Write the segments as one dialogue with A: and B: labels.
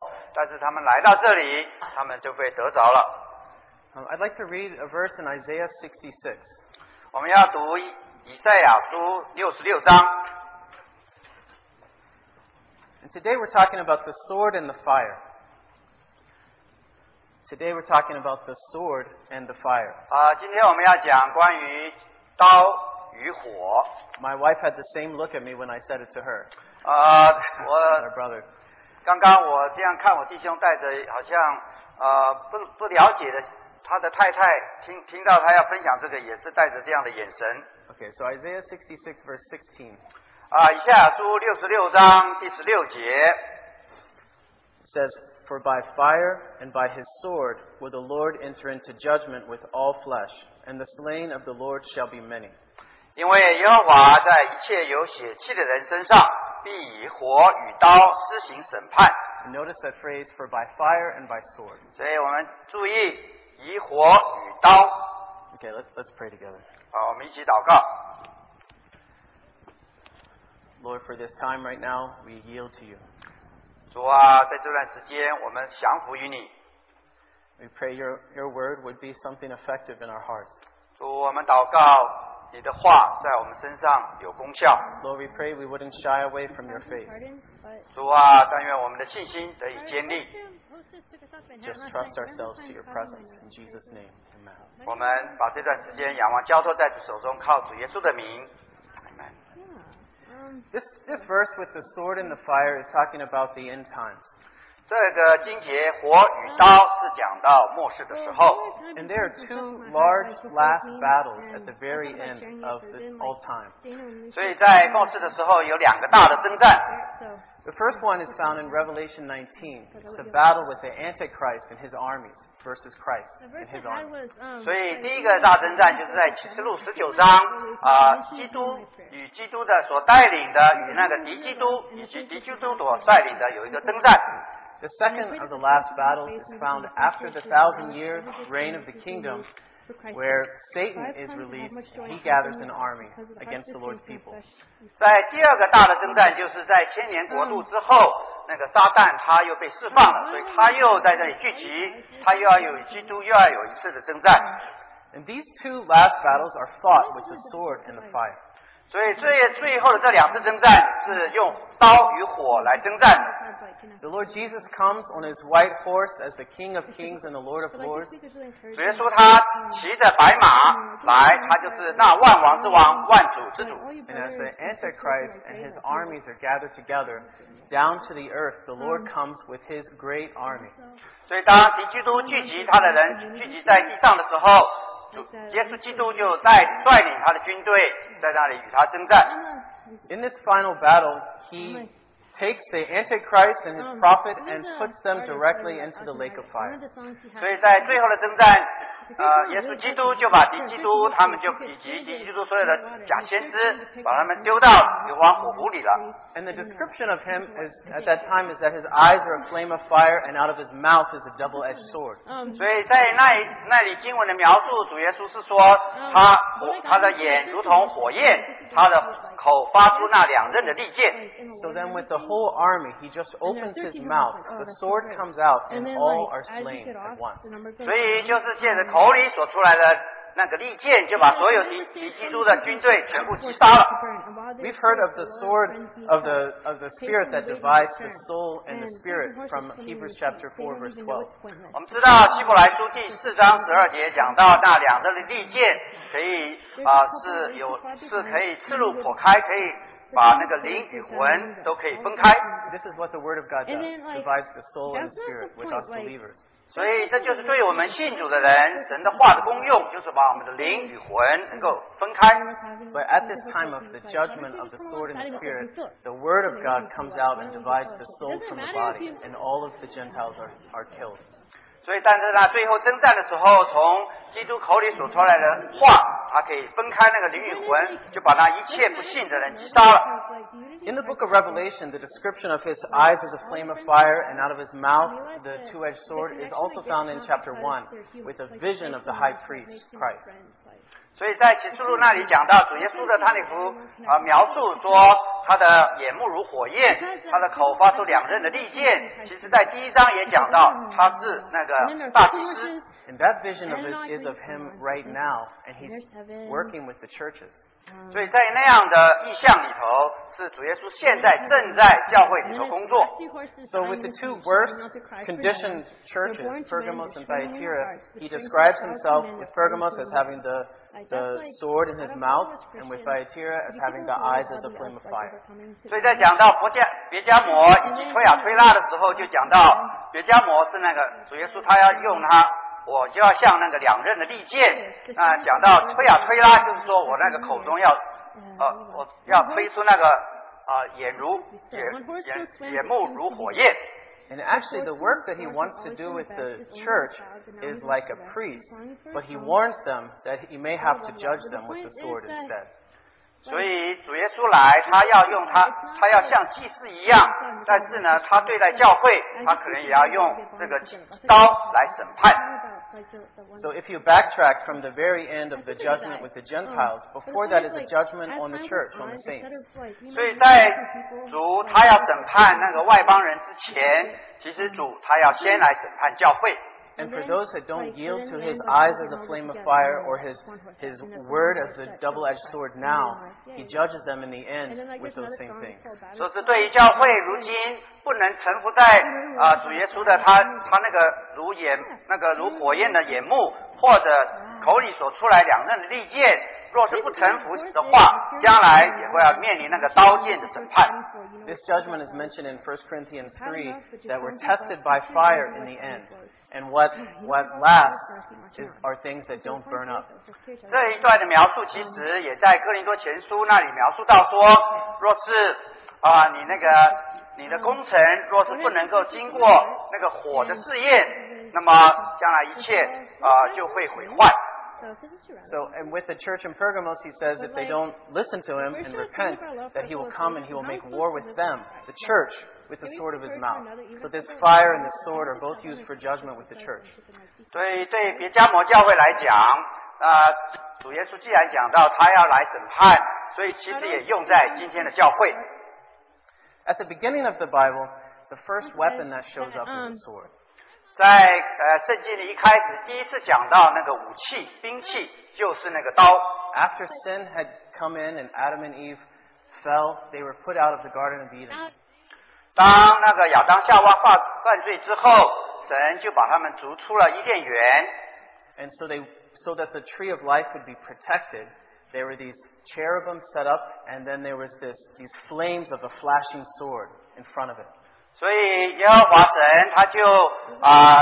A: 哦但是他们来到这里，他们就被得着了。
B: Um, I'd like to read a verse in Isaiah 66.
A: 我们要读以以赛亚书六十六章，啊
B: And today we're talking about the sword and the fire. Today we're talking about the sword and the fire.
A: 啊、今天我们要讲关于刀与火。
B: My wife had the same look at me when I said it to her,
A: 啊、我
B: her brother.
A: 刚刚我这样看我弟兄带着好像呃不不了解的他的太太听听到他要分享这个也是带着这样的眼神
B: Okay, so Isaiah 66, verse 16
A: 啊、以下雅书六十六章第十六节
B: says, For by fire and by his sword will the Lord enter into judgment with all flesh, and the slain of the Lord shall be many.
A: 因为耶和华在一切有血气的人身上必以火与刀施行审判，
B: And notice that phrase, for by fire and by sword.
A: 所以我们注意以火与刀
B: Okay, let, let's pray together.
A: 啊、我们一起祷告。
B: Lord, for this time right now, we yield to you.
A: 主啊，在这段时间，我们降服于你。
B: We pray your, your word would be something effective in our hearts.
A: 主，我们祷告，你的话在我们身上有功效。
B: Lord, we pray we wouldn't shy away from your face.
C: Pardon, but
A: 主啊，但愿我们的信心得以
C: Our
A: 坚定，
C: restroom hostess took us up and had
B: Just
C: lunch.
B: trust
C: Like,
B: ourselves to
C: remember
B: your
C: time
B: presence.
C: coming.
B: In Jesus' name, amen.
A: 我们把这段时间仰望交托在主手中，靠主耶稣的名。Amen
C: Yeah, um,
B: This, this verse with the sword and the fire is talking about the end times.
A: 这个经节火与刀是讲到末世的
C: well,
A: 时
C: there
A: 候，
C: were times
B: And
C: when
B: there are
C: people
B: two
C: talked about
B: large
C: like before
B: last
C: me,
B: battles
C: and
B: at the
C: I
B: very
C: thought about
B: end
C: journeys,
B: of
C: but
B: the,
C: then, like,
B: all time.
C: Dana and Lucia
A: 所以在末世
C: came
A: 的时候有两个大的征战。
C: back, so
B: The first one is found in Revelation 19, the battle with the Antichrist and his armies versus Christ
C: the
B: and
C: verse
B: his
C: that I
B: army.
C: was, um,
A: 所以
C: like,
A: 第一个大征战就是在启示录十九章啊、基督与基督的所带领的与那个敌基督以及敌基督所率领的有一个征战。
B: The second of the last battles is found after the thousand year reign of the kingdom, where Satan is released. He gathers an army against the Lord's people.
A: 在第二个大的征战就是在千年国度之后，那个撒旦他又被释放了，所以他又在这里聚集，他又要有基督，又要有一次的征战。
B: And these two last battles are fought with the sword and the fire.
A: 所以最最后的这两次征战是用刀与火来征战的。
B: The Lord Jesus comes on his white horse as the King of kings and the Lord of lords.
A: 主耶稣他骑着白马来，他就是那万王之王、万主之主。
B: And as the Antichrist and his armies are gathered together down to the earth, the Lord comes with his great army.
A: 所以当敌基督聚集他的人聚集在地上的时候，主耶稣基督就带率领他的军队在那里与他征战。
B: In this final battle, he takes the Antichrist and his prophet and puts them directly into the lake of fire.
A: 所以在最后的征战，呃，耶稣基督就把敌基督他们就以及敌基督所有的假先知，把他们丢到流亡火湖里了。
B: And the description of him is, at that time is that his eyes are a flame of fire and out of his mouth is a double-edged sword.
A: 嗯所以在那一那里经文的描述，主耶稣是说
C: 嗯
A: 他火他的眼如同火焰，他的口发出那两刃的利剑。
B: So then with the whole army, he just opens his mouth, the sword comes out, and all are slain at once.
C: 嗯
A: 所以就是借着口里所出来的那个利剑，就把所有敌敌基督的军队全部击杀了。
B: We've heard of the sword of the, of the spirit that divides the soul and the spirit from Hebrews chapter 4 verse 12.
A: 我们知道希伯来书第四章十二节讲到那两个的利剑可以啊、是有是可以刺入破开，可以把那个灵与魂都可以分开。
B: This is what the word of God
C: And
B: does,
C: then, like,
B: divides the soul and
C: that's not
B: spirit
C: the
B: with
C: point,
B: us
C: like-
B: believers.
A: 所以这就是对我们信主的人，神的话的功用，就是把我们的灵与魂能够分开。
B: But at this time of the judgment of the sword and the spirit, the word of God comes out and divides the soul from the body, and all of the Gentiles are, are killed.
A: 所以，但是呢，最后征战的时候，从基督口里所出来的话，他可以分开那个灵与魂，就把那一切不信的人击杀了。
B: In the book of Revelation, the description of his eyes as a flame of fire and out of his mouth the two edged sword is also found in chapter 1 with a vision of the high priest, Christ.
A: 所以在启示录那里讲到主耶稣的他那幅啊、呃描述说他的眼目如火焰，他的口发出两刃的利剑。其实，在第一章也讲到他是那个大祭司，
B: And that vision of it is of him right now, and he's working with the churches.
A: 所以在那样的意象里头，是主耶稣现在正在教会里头工作。
B: So, with the two worst conditioned churches, Pergamos and Thyatira, he describes himself with Pergamos as having the, the sword in his mouth, and with Thyatira as having the eyes of the flame of fire.
A: 所以在讲到佛家别加摩以及推雅推拉的时候，就讲到别加摩是那个主耶稣，他要用他，我就要像那个两刃的利剑啊、讲到推雅推拉，就是说我那个口中要呃，我要推出那个啊、眼如眼眼眼目如火焰。
B: And actually, the work that he wants to do with the church is like a priest, but he warns them that he may have to judge them with the sword instead.
A: 所以主耶稣来，他要用他，他要像祭司一样，但是呢，他对待教会，他可能也要用这个刀来审判。
B: So, if you backtrack from the very end of the judgment
C: um,
B: with the Gentiles, before that is a judgment on the church, on the saints.
A: 所以在主他要审判那个外邦人之前，其实主他要先来审判教会。
B: And for those that don't yield to his eyes as a flame of fire or his, his word as the double edged sword now, he judges them in the end with those same things.
A: 说是对于教会如今不能臣服在啊、呃主耶稣的他他那个如眼那个如火焰的眼目，或者口里所出来两刃的利剑，若是不臣服的话，将来也会要面临那个刀剑的审判。
B: This judgment is mentioned in 1 Corinthians 3 that we're tested by fire in the end. And what, what lasts is, are things that don't burn up.
A: 这一段的描述，其实也在哥林多前书那里描述到说，若是啊、你那个你的工程若是不能够经过那个火的试验，那么将来一切啊、就会毁坏。
B: So, and with the church in Pergamos, he says if they don't listen to him and repent, that he will come and he will make war with them, the church, with the sword of his mouth. So, this fire and this sword are both used for judgment with the church.
A: 所以对别加摩教会来讲，啊、主耶稣既然讲到他要来审判，所以其实也用在今天的教会。
B: At the beginning of the Bible, the first weapon that shows up is a sword.
A: 在呃圣经的一开始，第一次讲到那个武器兵器就是那个刀。
B: After sin had come in and Adam and Eve fell, they were put out of the Garden of Eden.
A: 当那个亚当夏娃犯犯罪之后，神就把他们逐出了伊甸园。
B: And so they, so that the tree of life would be protected, there were these cherubim set up, and then there was this, these flames of a flashing sword in front of it.
A: 所以耶和华神他就啊、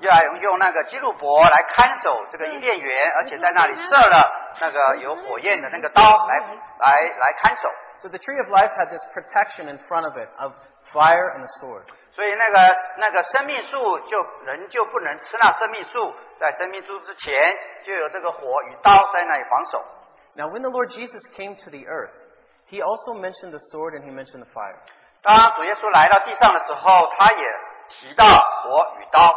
A: 要用用那个基路伯来看守这个伊甸园，而且在那里设了那个有火焰的那个刀来来来看守。
B: So the tree of life had this protection in front of it of fire and a sword.
A: 所以那个那个生命树就人就不能吃那生命树，在生命树之前就有这个火与刀在那里防守。
B: Now, when the Lord Jesus came to the earth, he also mentioned the sword and he mentioned the fire.
A: 当主耶稣来到地上的时候，他也提到火与刀。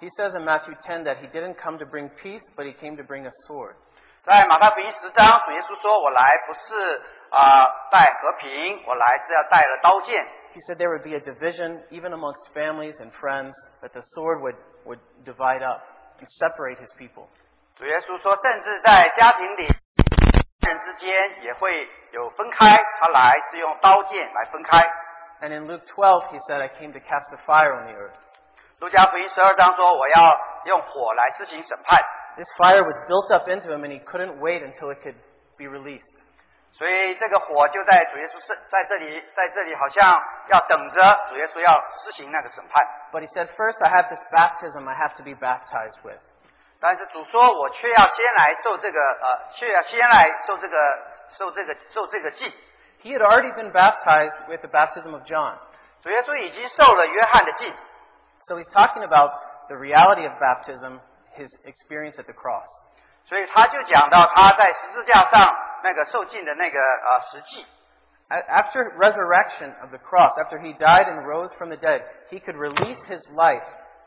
B: He says in Matthew 10 that he didn't come to bring peace, but he came to bring a sword.
A: 在马太福音十章，主耶稣说：“我来不是啊、带和平，我来是要带了刀剑。
B: He said there would be a division, even amongst families and friends, that the sword would, would divide up and separate his people. ”
A: 主耶稣说，甚至在家庭里，人之间也会有分开，他来是用刀剑来分开。
B: And in Luke 12, he said, I came to cast a fire on the earth.
A: 路加福音十二章说：“我要用火来施行审判。
B: This fire was built up into him, and he couldn't wait until it could be released. ”
A: 所以这个火就在主耶稣是在这里，在这里好像要等着主耶稣要施行那个审判。
B: But he said, First, I have this baptism I have to be baptized with.
A: 但是主说：“我却要先来受这个呃，却要先来受这个受这个受这个祭。
B: He had already been baptized with the baptism of John. ”
A: 主耶稣已经受了约翰的祭，
B: So he's talking about the reality of baptism, his experience at the cross.
A: 所以他就讲到他在十字架上那个受尽的那个呃实际。
B: A- After resurrection of the cross, after he died and rose from the dead, he could release his life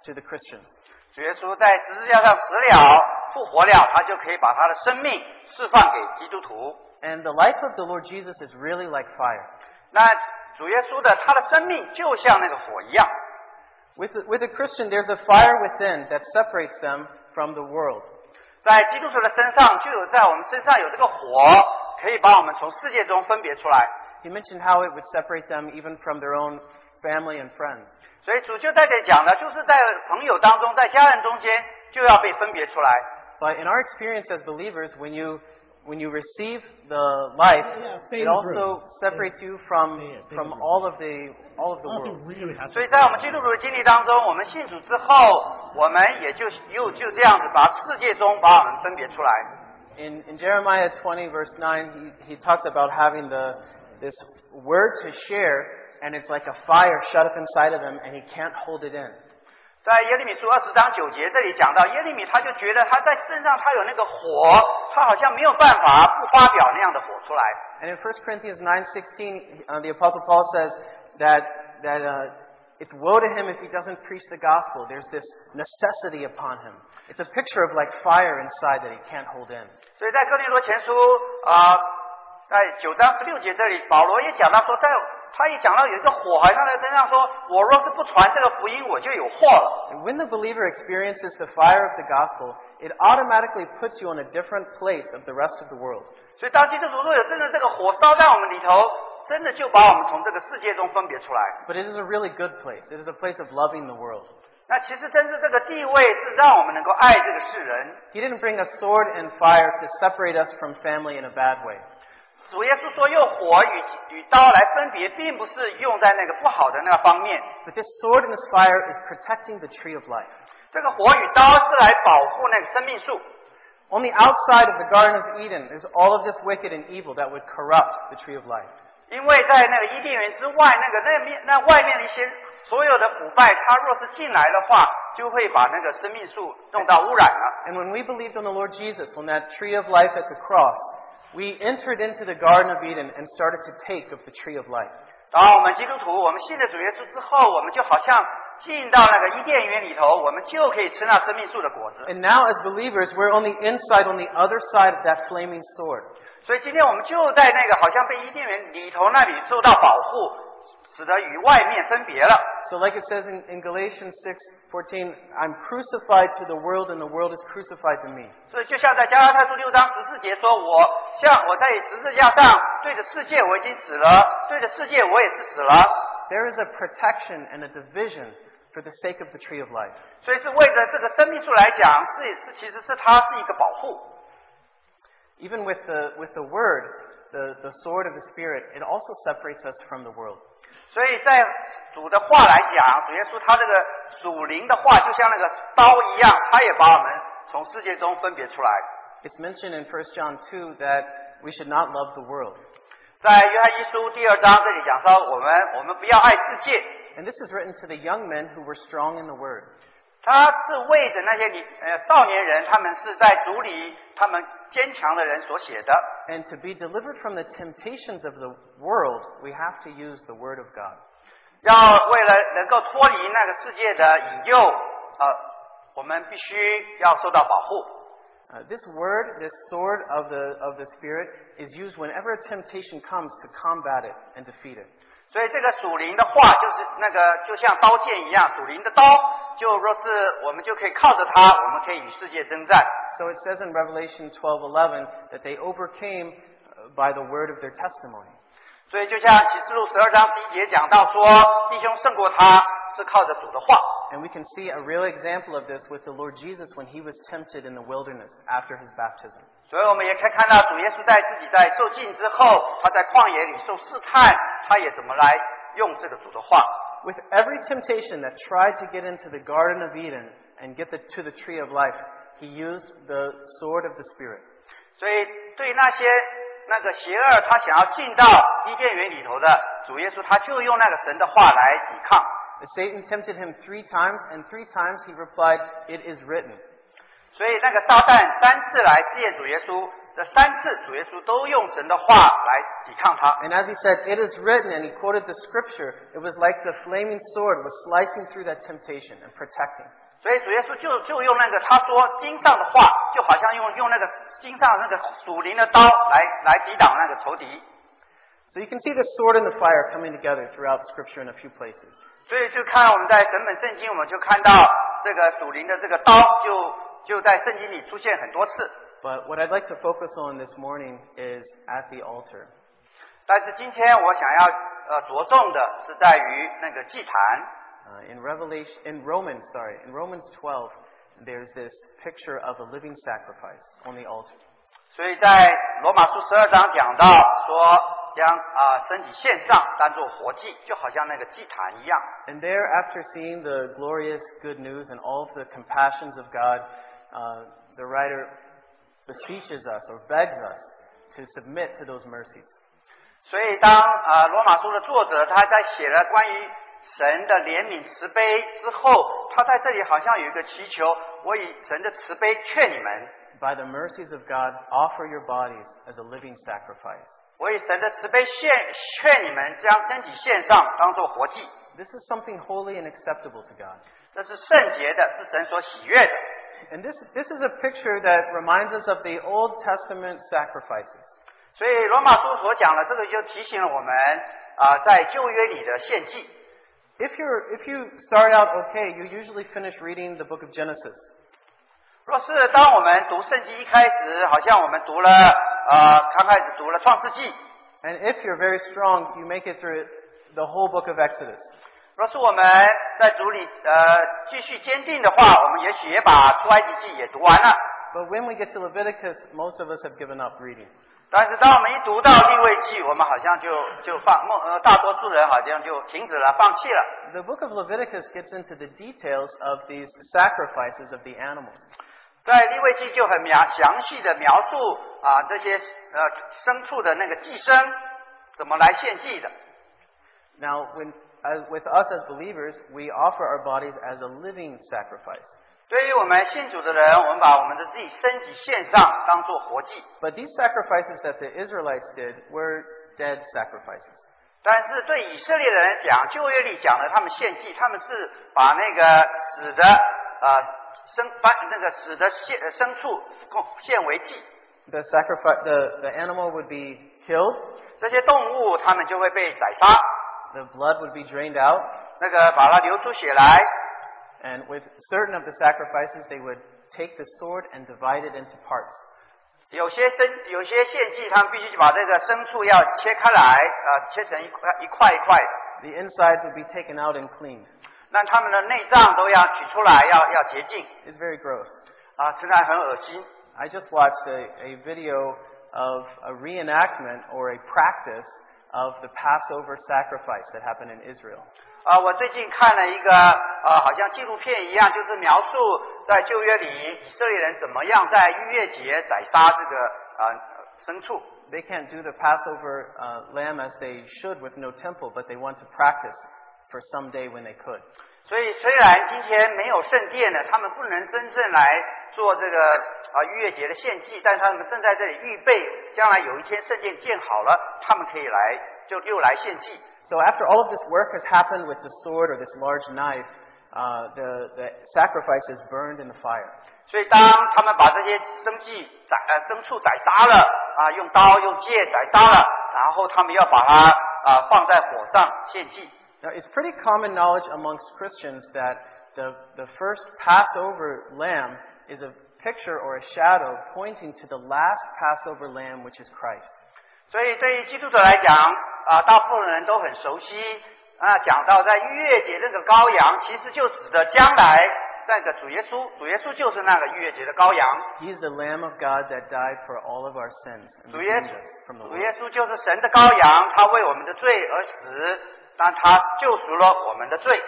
B: to the Christians.
A: 主耶稣在十字架上死了，复活了，他就可以把他的生命释放给基督徒。
B: And the life of the Lord Jesus is really like fire.
A: 那主耶稣的他的生命就像那个火一样。
B: With a, with a Christian, there's a fire within that separates them from the world.
A: 在基督徒的身上就有，在我们身上有这个火，可以把我们从世界中分别出来。
B: He mentioned how it would separate them even from their own family and friends.
A: 所以主就在这里讲了，就是在朋友当中，在家人中间就要被分别出来。
B: But in our experience as believers, when you when you receive the life,
D: Yeah, yeah,
B: it
D: phase
B: also
D: root.
B: separates you from
D: Yeah, phase
B: from
D: root.
B: all of the all of the
A: 啊
D: I don't think
B: world.
D: we really have
A: 所以在我们基督徒的经历当中，我们信主之后，我们也就又就这样子把世界中把我们分别出来。
B: In, in Jeremiah 20 verse 9, he, he talks about having the this word to share, and it's like a fire shut up inside of him, and he can't hold it in.
A: 在耶利米书二十章九节这里讲到，耶利米他就觉得他在身上他有那个火，他好像没有办法不发表那样的火出来。
B: And in 1 Corinthians 9:16, uh, the apostle Paul says that that uh, it's woe to him if he doesn't preach the gospel. There's this necessity upon him. It's a picture of like fire inside that he can't hold in.
A: 所以在哥林多前书啊、呃在九章十六节这里，保罗也讲到说，在他也讲到有一个火好像在身上说，我若是不传这个福音，我就有祸了。
B: And when the believer experiences the fire of the gospel, it automatically puts you in a different place of the rest of the world.
A: 所以当基督徒若有真的这个火烧在我们里头，真的就把我们从这个世界中分别出来。
B: But it is a really good place. It is a place of loving the world.
A: 那其实真是这个地位是让我们能够爱这个世人。
B: He didn't bring a sword and fire to separate us from family in a bad way.
A: 主耶稣说，用火与与刀来分别，并不是用在那个不好的那个方面。
B: But this sword and this fire is protecting the tree of life.
A: 这个火与刀是来保护那个生命树。
B: On the outside of the Garden of Eden, there's all of this wicked and evil that would corrupt the tree of life.
A: 因为在那个伊甸园之外，那个那面那外面的一些所有的腐败，它若是进来的话，就会把那个生命树弄到污染了。
B: And when we believed on the Lord Jesus, on that tree of life at the cross, we entered into the Garden of Eden and started to take of the tree of life.
A: 然后我们基督徒，我们信了主耶稣之后，我们就好像进到那个伊甸园里头，我们就可以吃那生命树的果子。
B: And now, as believers, we're on the inside, on the other side of that flaming sword.
A: 所以今天我们就在那个好像被伊甸园里头那里受到保护，使得与外面分别了。
B: So, like it says in, in Galatians 6:14, I'm crucified to the world, and the world is crucified to me.
A: 所以就像在加拉太书六章十四节说，我像我在十字架上对着世界我已经死了，对着世界我也是死了，
B: There is a protection and a division for the sake of the tree of life.
A: 所以是为了这个生命树来讲，这也是其实是它是一个保护。
B: Even with the, with the word, the, the sword of the Spirit, it also separates us from the world.
A: 所以在主的话来讲，主耶稣他这个属灵的话，就像那个刀一样，他也把我们从世界中分别出来。
B: It's mentioned in 1 John 2 that we should not love the world.
A: 在约翰一书第二章这里讲说，我们我们不要爱世界，
B: And this is written to the young men who were strong in the word.
A: 他是为着那些你呃少年人，他们是在主里他们坚强的人所写的。
B: And to be delivered from the temptations of the world, we have to use the word of God.
A: 要为了能够脱离那个世界的引诱，呃，我们必须要受到保护。
B: Uh, this word, this sword of the, of the Spirit, is used whenever a temptation comes to combat it and defeat it.
A: 所以这个属灵的话，就是那个就像刀剑一样，属灵的刀，就若是我们就可以靠着它，我们可以与世界征战。
B: So it says in Revelation 12:11 that they overcame uh, by the word of their testimony.
A: 所以就像启示录十二章十一节讲到说，弟兄胜过他是靠着主的话。
B: And we can see a real example of this with the Lord Jesus when he was tempted in the wilderness after his baptism.
A: 所以我们也可以看到主耶稣在自己在受尽之后，他在旷野里受试探，他也怎么来用这个主的话。
B: With every temptation that tried to get into the Garden of Eden and get the, to the tree of life, he used the sword of the Spirit.
A: 所以对那些那个邪恶，他想要进到伊甸园里头的主耶稣，他就用那个神的话来抵抗。
B: Satan tempted him three times, and three times he replied, It is written.
A: 所以那个撒旦三次来试验主耶稣，这三次主耶稣都用神的话来抵抗他。
B: And as he said, it is written, and he quoted the scripture, it was like the flaming sword was slicing through that temptation and protecting.
A: 所以主耶稣就就用那个他说经上的话，就好像用用那个经上那个属灵的刀来来抵挡那个仇敌。
B: So you can see the sword and the fire coming together throughout scripture in a few places.
A: 所以就看我们在整本圣经，我们就看到这个属灵的这个刀就就在圣经里出现很多次。
B: But what I'd like to focus on this morning is at the altar.
A: 但是今天我想要呃着重的是在于那个祭坛。
B: Uh, in Revelation, in Romans, sorry, in Romans 12, there's this picture of a living sacrifice on the altar.
A: 所以在罗马书十二章讲到说将啊、身体献上当做活祭，就好像那个祭坛一样。
B: And there, after seeing the glorious good news and all of the compassions of God, uh, the writer beseeches us or begs us to submit to those mercies.
A: 所以当啊罗马书的作者他在写了关于神的怜悯慈悲之后，他在这里好像有一个祈求：我以神的慈悲劝你们，
B: By the mercies of God, offer your bodies as a living sacrifice.
A: 我以神的慈悲献劝你们将身体献上当做活祭，
B: This is something holy and acceptable to God.
A: 这是圣洁的，是神所喜悦的。
B: And this, this is a picture that reminds us of the Old Testament sacrifices.
A: 所以罗马书所讲的这个就提醒了我们啊、在旧约里的献祭。
B: If, you're, if you start out okay, you usually finish reading the book of Genesis.
A: 若是当我们读圣经一开始，好像我们读了呃，刚开始读了创世纪。
B: And if you're very strong, you make it through the whole book of Exodus.
A: 若是我们在主里呃继续坚定的话，我们也许也把出埃及记也读完了。
B: But when we get to Leviticus, most of us have given up reading.
A: 但是当我们一读到立位记，我们好像就就放梦呃，大多数人好像就停止了，放弃了。
B: The book of Leviticus gets into the details of these sacrifices of the animals.
A: 在立位记就很描详细的描述啊、这些呃牲畜的那个寄生怎么来献祭的。
B: Now, when, as, with us as believers, we offer our bodies as a living sacrifice.
A: 对于我们信主的人，我们把我们的自己身体献上，当做活祭。
B: But these sacrifices that the Israelites did were dead sacrifices.
A: 但是对以色列人讲，旧约里讲的，他们献祭，他们是把那个死的呃生把那个死的献呃牲畜供献为祭，
B: The, sacrifice, the, the animal would be killed,
A: 这些动物他们就会被宰杀，
B: the blood would be drained out,
A: 那个把它流出血来。
B: And with certain of the sacrifices, they would take the sword and divide it into parts.
A: 有些牲有些献祭，他们必须把这个牲畜要切开来，呃，切成一块一块一块的，
B: The insides would be taken out and cleaned.
A: 那他们的内脏都要取出来，要要洁净
B: It's very gross.
A: 啊，实在很恶心。
B: I just watched a, a video of a reenactment or a practice of the Passover sacrifice that happened in Israel.
A: 啊，我最近看了一个呃，好像纪录片一样，就是描述在旧约里以色列人怎么样在逾越节宰杀这个呃牲畜。
B: They can't do the Passover uh, lamb as they should with no temple, but they want to practice for some day when they could.
A: 所以虽然今天没有圣殿呢，他们不能真正来做这个啊逾越节的献祭，但他们正在这里预备，将来有一天圣殿建好了，他们可以来就又来献祭。
B: So after all of this work has happened with the sword or this large knife, uh, the, the sacrifice is burned in the fire.
A: 所以，当他们把这些生计宰呃牲畜宰杀了啊，用刀用剑宰杀了，然后他们要把它啊放在火上献祭。
B: Now, it's pretty common knowledge amongst Christians that the, the first Passover lamb is a picture or a shadow pointing to the last Passover lamb, which is Christ.
A: 所以，对于基督徒来讲啊，大部分人都很熟悉啊，讲到在逾越节那个羔羊，其实就指的将来那个主耶稣，主耶稣就是那个逾越节的羔羊。
B: He's the Lamb of God that died for all of our sins and
A: 主耶
B: redeemed us from the
A: 稣，主
B: world.
A: 耶稣就是神的羔羊，他为我们的罪而死，但他救赎了我们的罪。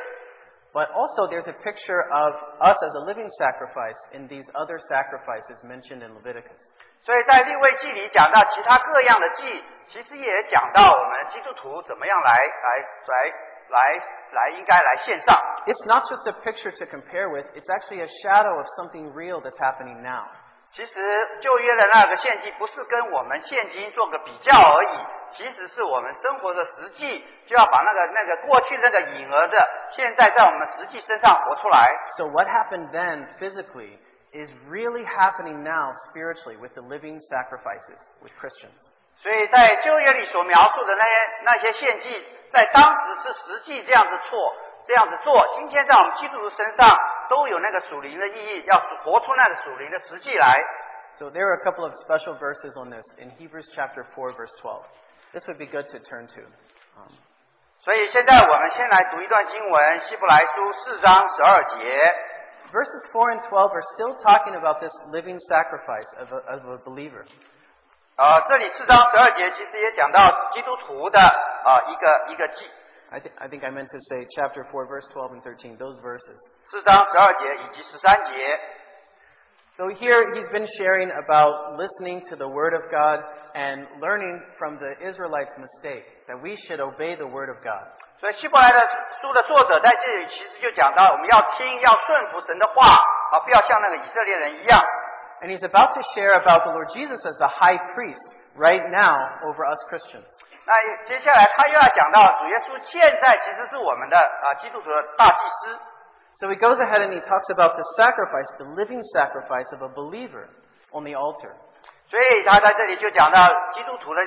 B: But also, there's a picture of us as a living sacrifice in these other sacrifices mentioned in Leviticus.
A: 所以在立位记里讲到其他各样的祭，其实也讲到我们基督徒怎么样来来来来来应该来献上。
B: It's not just a picture to compare with, it's actually a shadow of something real that's happening now.
A: 其实旧约的那个献祭不是跟我们现今做个比较而已，其实是我们生活的实际，就要把那个那个过去那个隐而的，现在在我们实际身上活出来。
B: So what happened then physically is really happening now spiritually with the living sacrifices with Christians.
A: 所以在旧约里所描述的那些那些献祭，在当时是实际这样子错，这样子做。今天在我们基督徒身上都有那个属灵的意义，要活出那个属灵的实际来。
B: So there are a couple of special verses on this in Hebrews chapter 4 verse 12. This would be good to turn to. Um,
A: 所以现在我们先来读一段经文，《希伯来书》四章十二节。
B: verses 4 and 12 are still talking about this living sacrifice of a, of a believer.
A: 呃，这里四章十二节其实也讲到基督徒的呃一个一个祭。
B: I, th- I think I meant to say chapter 4 verse 12 and 13, those verses.
A: 四章十二节以及十三节。
B: So here he's been sharing about listening to the word of God and learning from the Israelites' mistake that we should obey the word of God.
A: 所以希伯来的书的作者在这里其实就讲到，我们要听，要顺服神的话啊，不要像那个以色列人一样。
B: And he's about to share about the Lord Jesus as the high priest right now over us Christians.
A: 那接下来他又要讲到主耶稣现在其实是我们的啊基督徒的大祭司，
B: So he goes ahead and he talks about the sacrifice, the living sacrifice of a believer on the altar.
A: 所以他在这里就讲到基督徒的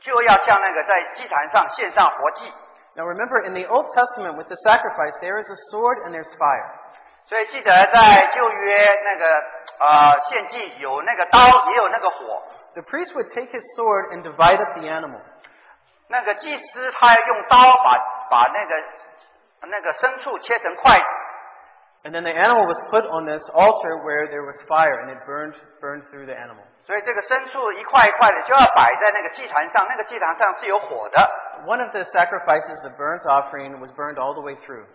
A: 就要像那个在祭坛上献上活祭。
B: Now remember, in the Old Testament with the sacrifice, there is a sword and there's fire.
A: 所以记得在旧约那个呃献祭有那个刀，也有那个火。
B: The priest would take his sword and divide up the animal.
A: 那个祭司他要用刀把把那个那个牲畜切成块，
B: And then the animal was put on this altar where there was fire and it burned, burned through the animal.
A: 所以这个牲畜一块一块的就要摆在那个祭坛上，那个祭坛上是有火的。
B: One of the sacrifices, the burnt offering, was burned all the way through.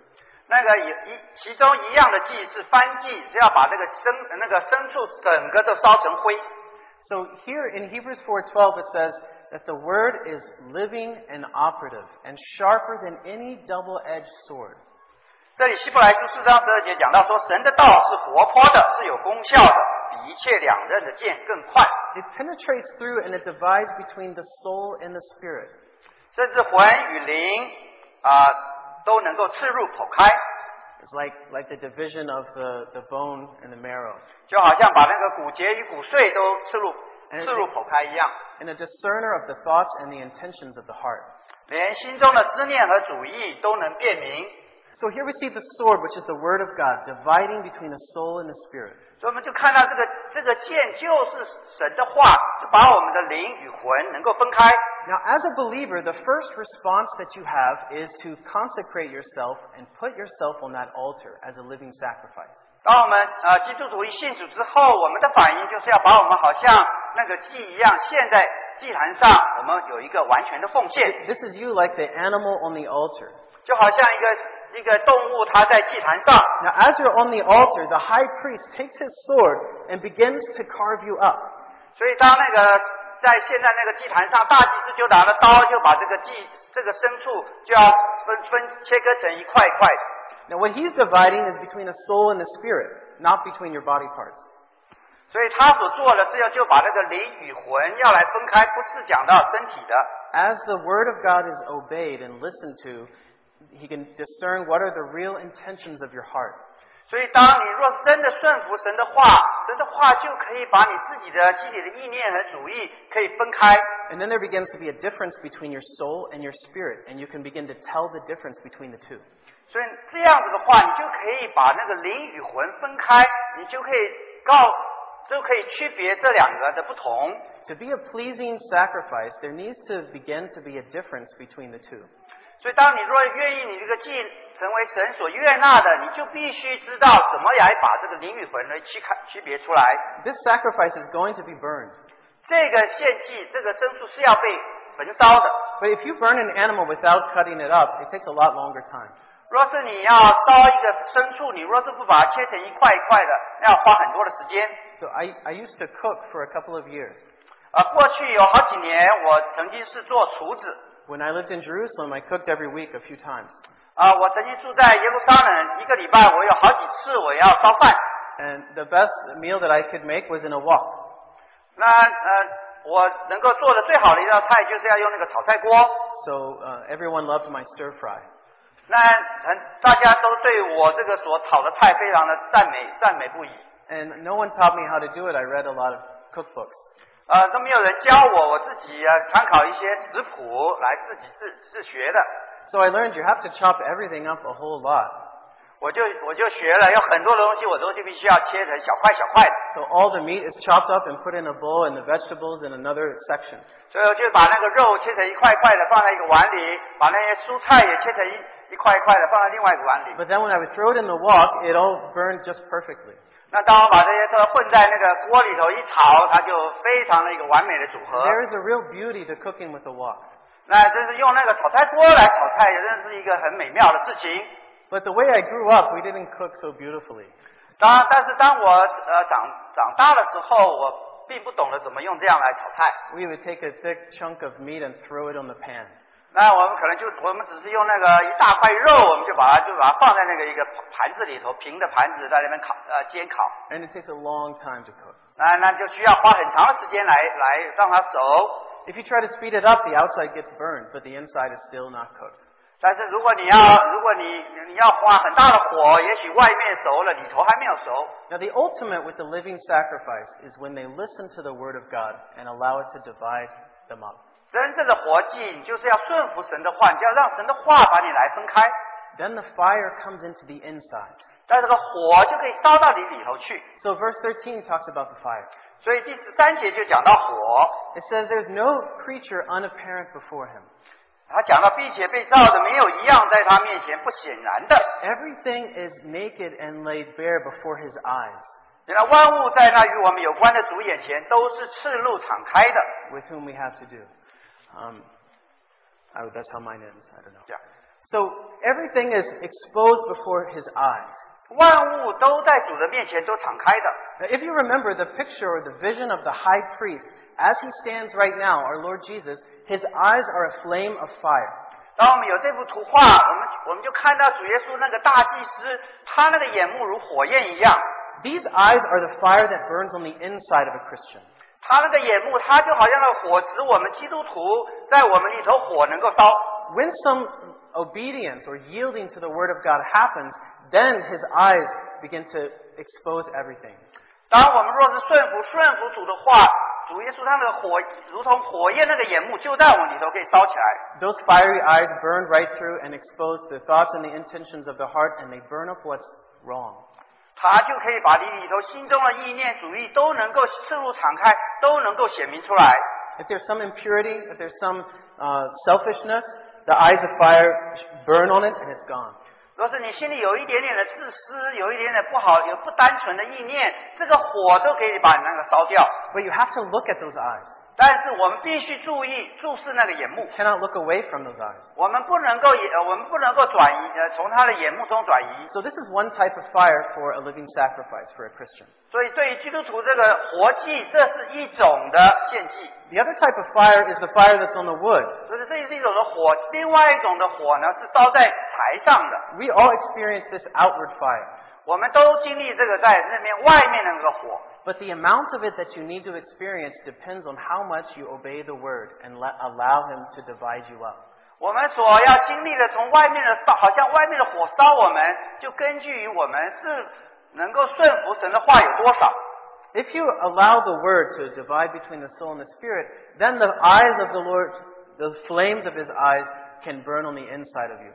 A: 那个一一其中一样的祭是翻祭，是要把那个牲那个牲畜整个都烧成灰。
B: So here in Hebrews 4:12 it says that the word is living and operative and sharper than any double-edged sword.
A: 这里希伯来书四章十二节讲到说，神的道是活泼的，是有功效的，比一切两刃的剑更快，
B: It penetrates through and it divides between the soul and the spirit.
A: 甚至魂与灵啊、都能够刺入剖开，
B: It's like, like the division of the, the bone and the marrow.
A: 就好像把那个骨节与骨髓都刺入
B: 嗯
A: 刺入剖开一样，
B: And a discerner of the thoughts and the intentions of the heart.
A: 连心中的思念和主意都能辨明。
B: So here we see the sword, which is the word of God, dividing between the soul and the spirit.
A: 所以我们就看到这个这个剑就是神的话，就把我们的灵与魂能够分开。
B: Now, as a believer, the first response that you have is to consecrate yourself and put yourself on that altar as a living sacrifice.
A: 当我们呃基督徒一信主之后，我们的反应就是要把我们好像那个祭一样献在祭坛上，我们有一个完全的奉献，
B: This is you like the animal on the altar.
A: 就好像一个一个动物它在祭坛上，
B: Now, as you're on the altar, the high priest takes his sword and begins to carve you up.
A: 所以当那个在现在那个祭坛上，大祭司就拿了刀，就把这个祭这个牲畜就要分分切割成一块一块。
B: Now, what he's dividing is between the soul and the spirit, not between your body parts.
A: 所以他所做的，这要就把那个灵与魂要来分开，不是讲到身体的。
B: As the word of God is obeyed and listened to, he can discern what are the real intentions of your heart.
A: 所以，当你若真的顺服神的话，神的话就可以把你自己的心里的意念和主意可以分开。
B: And then there begins to be a difference between your soul and your spirit, and you can begin to tell the difference between the two.
A: 所以这样子的话，你就可以把那个灵与魂分开，你就可以告，就可以区别这两个的不同。
B: To be a pleasing sacrifice, there needs to begin to be a difference between the two.
A: 所以，当你若愿意你这个祭成为神所悦纳的，你就必须知道怎么来把这个灵与魂来区开区别出来。
B: This sacrifice is going to be burned.
A: 这个献祭，这个牲畜是要被焚烧的。
B: But if you burn an animal without cutting it up, it takes a lot longer time.
A: 若是你要烧一个牲畜，你若是不把它切成一块一块的，那要花很多的时间。
B: So I, I used to cook for a couple of years.
A: 呃，过去有好几年，我曾经是做厨子。
B: When I lived in Jerusalem, I cooked every week a few times.
A: 啊、我曾经住在耶路撒冷，一个礼拜我有好几次我要烧饭。
B: And the best meal that I could make was in a wok.
A: 那呃，我能够做的最好的一道菜就是要用那个炒菜锅。
B: So uh, everyone loved my stir fry.
A: 那很大家都对我这个所炒的菜非常的赞美赞美不已。
B: And no one taught me how to do it. I read a lot of cookbooks.
A: 呃，都没有人教我，我自己啊参考一些食谱来自己自自学的。
B: So I learned you have to chop everything up a whole lot.
A: 我就我就学了，有很多的东西我都就必须要切成小块小块的，
B: So all the meat is chopped up and put in a bowl and the vegetables in another section.
A: 所以我就把那个肉切成一块一块的放在一个碗里，把那些蔬菜也切成一一块一块的放在另外一个碗里。
B: But then when I would throw it in the wok, it all burned just perfectly.
A: 那当我把这些都混在那个锅里头一炒，它就非常的一个完美的组合。
B: There is a real beauty to cooking with a wok.
A: 那这是用那个炒菜锅来炒菜，也真是一个很美妙的事情。
B: But the way I grew up, we didn't cook so beautifully.
A: 当但是当我呃长长大的时候，我并不懂得怎么用这样来炒菜。
B: We would take a thick chunk of meat and throw it on the pan.
A: 那我们可能就我们只是用那个一大块肉，我们就把它就把它放在那个一个盘子里头，平的盘子在那边烤呃煎烤。
B: And it takes a long time to cook.
A: 那那就需要花很长的时间来来让它熟。
B: If you try to speed it up, the outside gets burned, but the inside is still not cooked.
A: 但是如果你要如果你你要花很大的火，也许外面熟了，里头还没有熟。
B: Now, the ultimate with the living sacrifice is when they listen to the word of God and allow it to divide them up.
A: 真正的活计，你就是要顺服神的话，你就要让神的话把你来分开，
B: Then the fire comes into the inside.
A: 但这个火就可以烧到你里头去。
B: So, verse 13 talks about the fire.
A: 所以第十三节就讲到火，
B: It says, There's no creature unapparent before him.
A: 他讲到并且被造的没有一样在他面前不显然的。
B: Everything is naked and laid bare before his eyes,
A: 原来万物在那与我们有关的主眼前都是赤露敞开的。
B: with whom we have to do. Um, I, that's how mine ends. I don't know.
A: 这样
B: So everything is exposed before his eyes.
A: 万物都在主的面前都敞开的。
B: Now, if you remember the picture or the vision of the high priest, as he stands right now, our Lord Jesus, his eyes are a flame of fire.
A: 当我们有这幅图画，我们我们就看到主耶稣那个大祭司，他那个眼目如火焰一样，
B: These eyes are the fire that burns on the inside of a Christian.
A: 他那个眼目，他就好像那火，使我们基督徒在我们里头火能够烧。
B: When some obedience or yielding to the word of God happens, then his eyes begin to expose everything.
A: 当我们若是顺服顺服主的话，主耶稣他那个火，如同火焰那个眼目，就在我们里头可以烧起来。
B: Those fiery eyes burn right through and expose the thoughts and the intentions of the heart, and they burn up what's wrong.
A: 他就可以把你里头心中的意念、主义都能够赤露敞开，都能够显明出来。
B: If there's some impurity, if there's some uh, selfishness, the eyes of fire burn on it and it's gone.
A: 若是你心里有一点点的自私，有一点点不好、有不单纯的意念，这个火都可以把你那个烧掉。
B: But you have to look at those eyes.
A: 但是我们必须注意注视那个眼目
B: You，cannot look away from those eyes.
A: 我们不能够也，呃我们不能够转移，呃，从他的眼目中转移。
B: So this is one type of fire for a living sacrifice for a Christian.
A: 所以，对于基督徒这个活祭，这是一种的献祭，
B: The other type of fire is the fire that's on the wood.
A: 就是这是一种的火。另外一种的火呢，是烧在柴上的。
B: We all experience this outward fire,
A: 我们都经历这个在那边外面的那个火，
B: but the amount of it that you need to experience depends on how much you obey the word and let, allow him to divide you up.
A: 我们所要经历的从外面的烧，好像外面的火烧我们，就根据于我们是能够顺服神的话有多少。
B: If you allow the word to divide between the soul and the spirit, then the eyes of the Lord, the flames of his eyes can burn on the inside of you.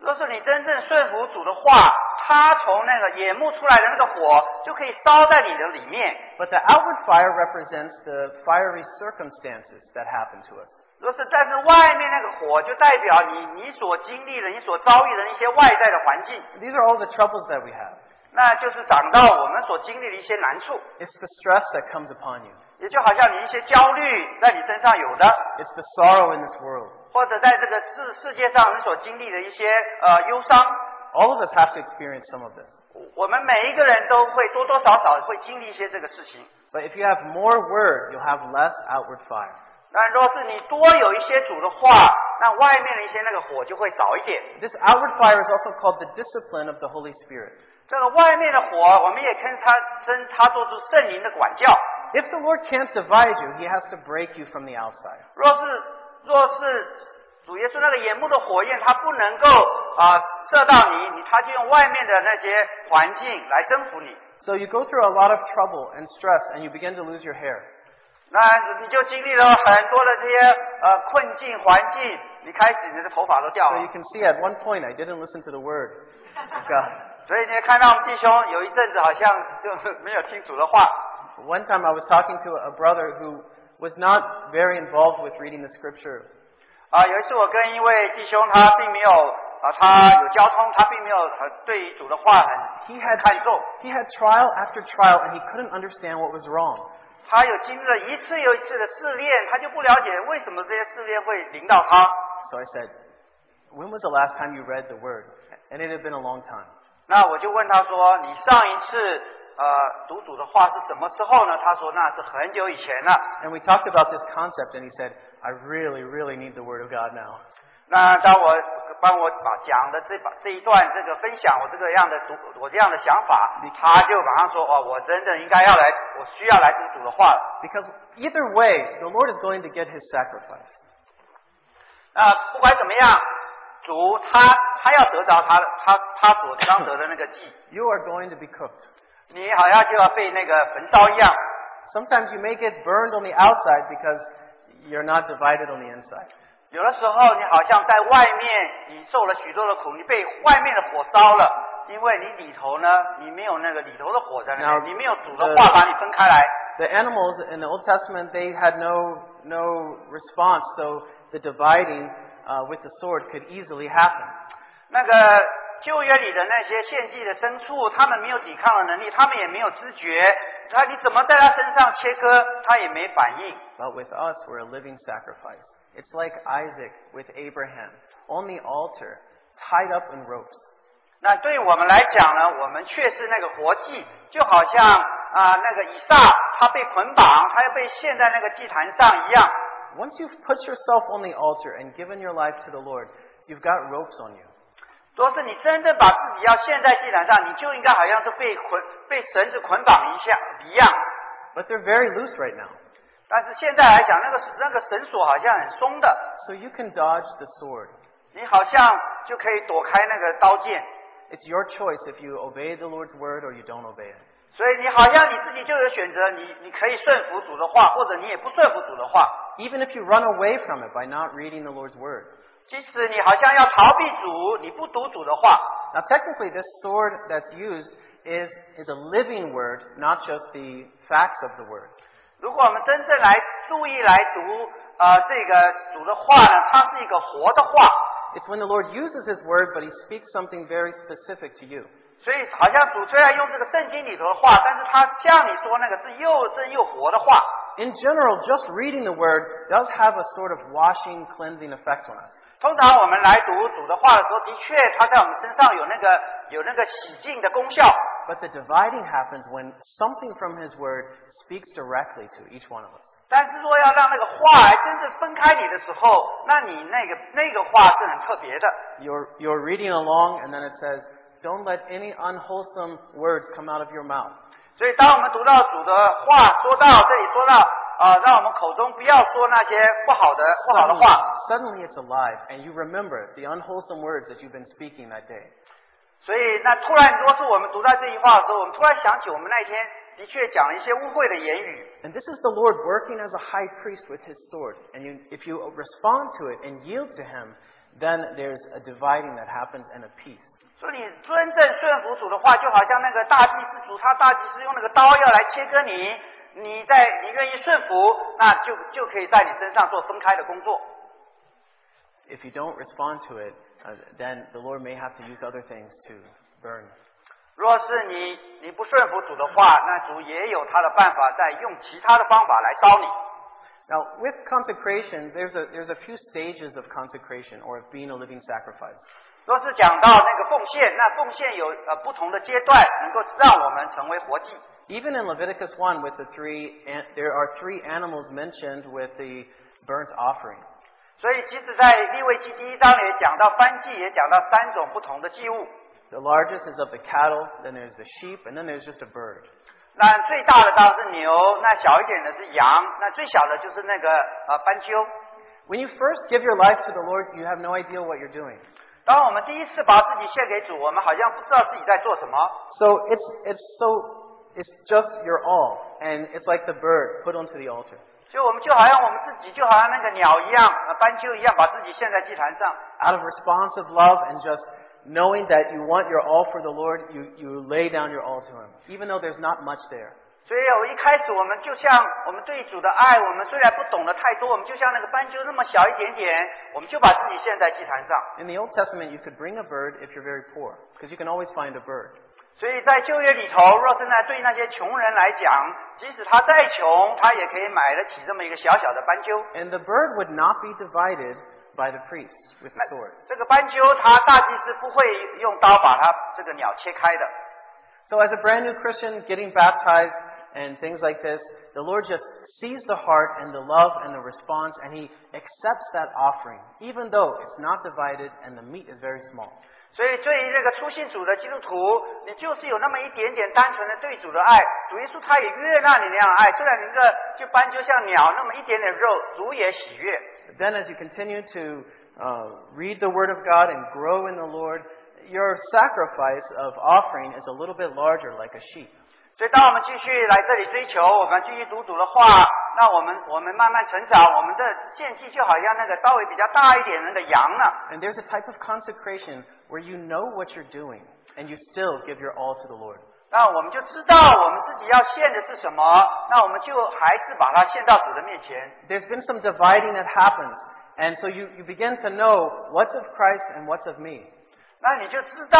A: 若是你真正顺服主的话，他从那个眼目出来的那个火就可以烧在你的里面。
B: But the outward fire represents the fiery circumstances that happen to us.
A: 若是但是外面那个火，就代表你你所经历的、你所遭遇的一些外在的环境，
B: These are all the troubles that we have.
A: 那就是长到我们所经历的一些难处，
B: It's the stress that comes upon you.
A: 也就好像你一些焦虑在你身上有的。
B: It's the sorrow in this world.
A: 或者在这个世世界上你所经历的一些呃忧伤，
B: All of us have to experience some of this.
A: 我们每一个人都会多多少少会经历一些这个事情。
B: But if you have more word, you'll have less outward fire.
A: 那若是你多有一些主的话，那外面的一些那个火就会少一点。
B: This outward fire is also called the discipline of the Holy Spirit.
A: 这这个外面的火，我们也跟它称它做出圣灵的管教。
B: If the Lord can't divide you, he has to break you from the outside.
A: 若是若是主耶稣那个眼目的火焰，它不能够啊、射到你，你它就用外面的那些环境来征服你。
B: So you go through a lot of trouble and stress and you begin to lose your hair.
A: 那你就经历了很多的这些呃困境环境，你开始你的头发都掉
B: So you
A: 了。
B: can see at one point I didn't listen to the word of God.
A: 所以你看到我们弟兄有一阵子好像就没有听主的话。
B: One time I was talking to a brother who was not very involved with reading the scripture.
A: 啊，有一次我跟一位弟兄，他并没有啊，他有交通，他并没有呃对于主的话很
B: He had
A: 看重，
B: he had trial after trial and he couldn't understand what was wrong.
A: 他有经历了一次又一次的试炼，他就不了解为什么这些试炼会临到他。
B: So I said, "When was the last time you read the word?" And it had been a long time.
A: 那我就问他说：“你上一次呃读主的话是什么时候呢？”他说：“那是很久以前了。
B: And we talked about this concept and he said, "I really really need the word of God now." ”
A: 那当我帮我把讲的这把这一段这个分享我这个样的读我这样的想法，他就马上说：“哦，我真的应该要来，我需要来读主的话了。”
B: Because either way, the Lord is going to get his sacrifice.
A: 那不管怎么样，主他他要得着他的他他所当得的那个祭，
B: You are going to be cooked.
A: 你好像就要被那个焚烧一样。
B: Sometimes you may get burned on the outside because you're not divided on the inside.
A: 有的时候你好像在外面，你受了许多的苦，你被外面的火烧了，因为你里头呢，你没有那个里头的火在那
B: Now-
A: 里，你没有主的话把你分开来。
B: The animals in the Old Testament, they had no, no response, so the dividing uh, with the sword could easily happen.
A: 那个旧约里的那些献祭的牲畜，他们没有抵抗的能力，他们也没有知觉，他你怎么在他身上切割，他也没反应。
B: But with us, we're a living sacrifice. It's like Isaac with Abraham on the altar, tied up in ropes.
A: 那对我们来讲呢，我们却是那个活祭，就好像啊、那个以撒他被捆绑，他要被陷在那个祭坛上一样。
B: Once you've put yourself on the altar and given your life to the Lord, you've got ropes on you.
A: 若是你真正把自己要陷在祭坛上，你就应该好像是被捆、被绳子捆绑一下一样。
B: But they're very loose right now.
A: 但是现在来讲，那个那个绳索好像很松的，
B: So you can dodge the sword.
A: 你好像就可以躲开那个刀剑。
B: It's your choice if you obey the Lord's word or you don't obey it.
A: 所以你好像你自己就有选择，你你可以顺服主的话，或者你也不顺服主的话。
B: Even if you run away from it by not reading the Lord's word.
A: 即使你好像要逃避主，你不读主的话，
B: Now, technically, this sword that's used is, is a living word, not just the facts of the word.
A: 如果我们真正来注意来读呃这个主的话呢，它是一个活的话，
B: It's when the Lord uses his word, but he speaks something very specific to you.
A: 所以好像主虽然用这个圣经里头的话，但是他像你说那个是又真又活的话。
B: In general, just reading the word does have a sort of washing, cleansing effect on us.
A: 通常我们来读主的话的时候，的确它在我们身上有那个有那个洗净的功效。
B: But the dividing happens when something from his word speaks directly to each one of us.
A: 但是若要让那个话来真正分开你的时候，那你那个那个话是很特别的。
B: You're, you're reading along, and then it says, Don't let any unwholesome words come out of your mouth.
A: 所以，当我们读到主的话，说到这里，说到啊、呃，让我们口中不要说那些不好的不好的
B: Suddenly,
A: 话。
B: suddenly it's alive, and you remember the unwholesome words that you've been speaking that day.
A: 所以，那突然多次我们读到这句话的时候，我们突然想起我们那天的确讲了一些污秽的言语。
B: And this is the Lord working as a high priest with his sword. And you, if you respond to it and yield to him, then there's a dividing that happens and a peace.
A: 所以，你真正顺服主的话，就好像那个大祭司主，他大祭司用那个刀要来切割你，你在你愿意顺服，那就就可以在你身上做分开的工作。
B: If you don't respond to it, uh, then the Lord may have to use other things to burn.
A: 若是你你不顺服主的话，那主也有他的办法，在用其他的方法来烧你。
B: Now, with consecration, there's a, there's a few stages of consecration or of being a living sacrifice.
A: 若是讲到那个奉献，那奉献有呃不同的阶段，能够让我们成为活祭。
B: Even in Leviticus 1, with the three, an- there are three animals mentioned with the burnt offering.
A: 所以，即使在立位记第一章里也讲到翻祭，也讲到三种不同的祭物。
B: The largest is of the cattle, then there's the sheep, and then there's just a bird.
A: 那最大的当然是牛，那小一点的是羊，那最小的就是那个呃斑鸠。
B: When you first give your life to the Lord, you have no idea what you're doing.
A: 当我们第一次把自己献给主，我们好像不知道自己在做什么。
B: So it's, it's so, it's just your all. And it's like the bird put onto the altar.
A: 就我们就好像我们自己，就好像那个鸟一样，呃斑鸠一样，把自己献在祭坛上。
B: Out of responsive love and just knowing that you want your all for the Lord, you, you lay down your all to Him, even though there's not much there.
A: 所以，我一开始我们就像我们对主的爱，我们虽然不懂得太多，我们就像那个斑鸠那么小一点点，我们就把自己献在祭坛上。
B: In the Old Testament, you could bring a bird if you're very poor, because you can always find a bird.
A: 所以在旧约里头，若是呢对那些穷人来讲，即使他再穷，他也可以买得起这么一个小小的斑鸠。
B: And the bird would not be divided by the priest with the sword.
A: 这个斑鸠，它大祭司不会用刀把它这个鸟切开的。
B: So, as a brand new Christian getting baptized and things like this, the Lord just sees the heart and the love and the response, and He accepts that offering, even though it's not divided and the meat is very small.
A: 所以，对于这个初信主的基督徒，你就是有那么一点点单纯的对主的爱，主耶稣他也悦纳你那样爱。虽然你这个就斑鸠像鸟那么一点点肉，主也喜悦。
B: But then, as you continue to uh, read the Word of God and grow in the Lord, your sacrifice of offering is a little bit larger, like a sheep.
A: 所以，当我们继续来这里追求，我们继续读主的话，那我们我们慢慢成长，我们的献祭就好像那个稍微比较大一点的那个羊啊呢，
B: And there's a type of consecration where you know what you're doing and you still give your all to the Lord.
A: 那我们就知道我们自己要献的是什么，那我们就还是把它献到主的面前。
B: There's been some dividing that happens, and so you, you begin to know what's of Christ and what's of me.
A: 那你就知道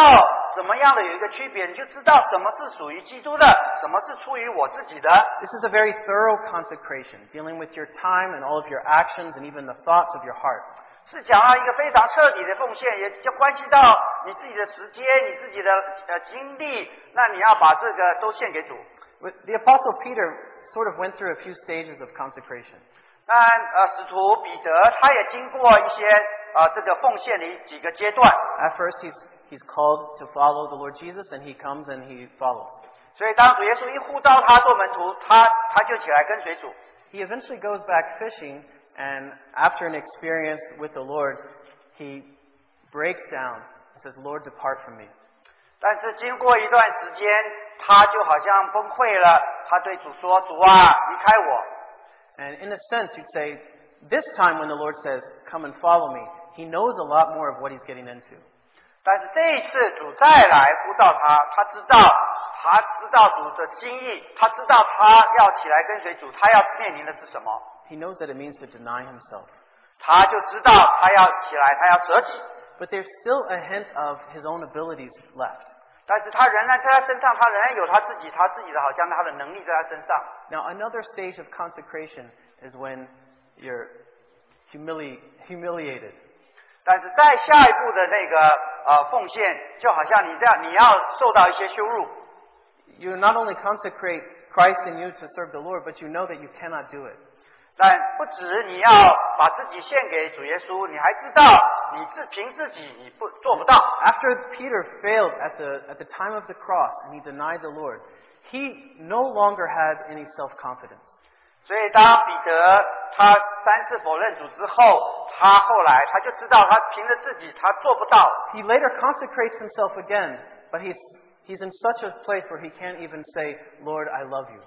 A: 怎么样的有一个区别，你就知道什么是属于基督的，什么是出于我自己的。
B: This is a very thorough consecration, dealing with your time and all of your actions and even the thoughts of your heart.
A: 是讲到一个非常彻底的奉献，也就关系到你自己的时间、你自己的呃精力。那你要把这个都献给主。
B: With- The Apostle Peter sort of went through a few stages of consecration.
A: 那呃，使徒彼得他也经过一些呃这个奉献的几个阶段，
B: At first, he's, he's called to follow the Lord Jesus, and he comes and he follows.
A: 所以当主耶稣一呼召他做门徒，他他就起来跟随主。
B: He eventually goes back fishing, and after an experience with the Lord, he breaks down and says, Lord, depart from me.
A: 但是经过一段时间，他就好像崩溃了，他对主说：“主啊，离开我。”
B: And in a sense, you'd say, this time when the Lord says, Come and follow me, he knows a lot more of what he's getting into.
A: 但是这一次主再来呼召他，他知道，他知道主的心意，他知道他要起来跟随主，他要面临的是什么，
B: He knows that it means to deny himself.
A: 他就知道他要起来，他要舍己。
B: But there's still a hint of his own abilities left.
A: 但是他仍然在他身上，他仍然有他自己，他自己的好像他的能力在他身上。
B: Now, another stage of consecration is when you're humili- humiliated.
A: 但是在下一步的那个呃奉献，就好像你这样，你要受到一些羞辱。
B: You not only consecrate Christ in you to serve the Lord, but you know that you cannot do it.
A: 但不止你要把自己献给主耶稣，你还知道你自凭自己你不做不到。
B: After Peter failed at the, at the time of the cross and he denied the Lord, he no longer had any self confidence.
A: 所以当彼得他三次否认主之后，他后来他就知道他凭着自己他做不到，
B: He later consecrates himself again, but he's, he's in such a place where he can't even say, Lord, I love you.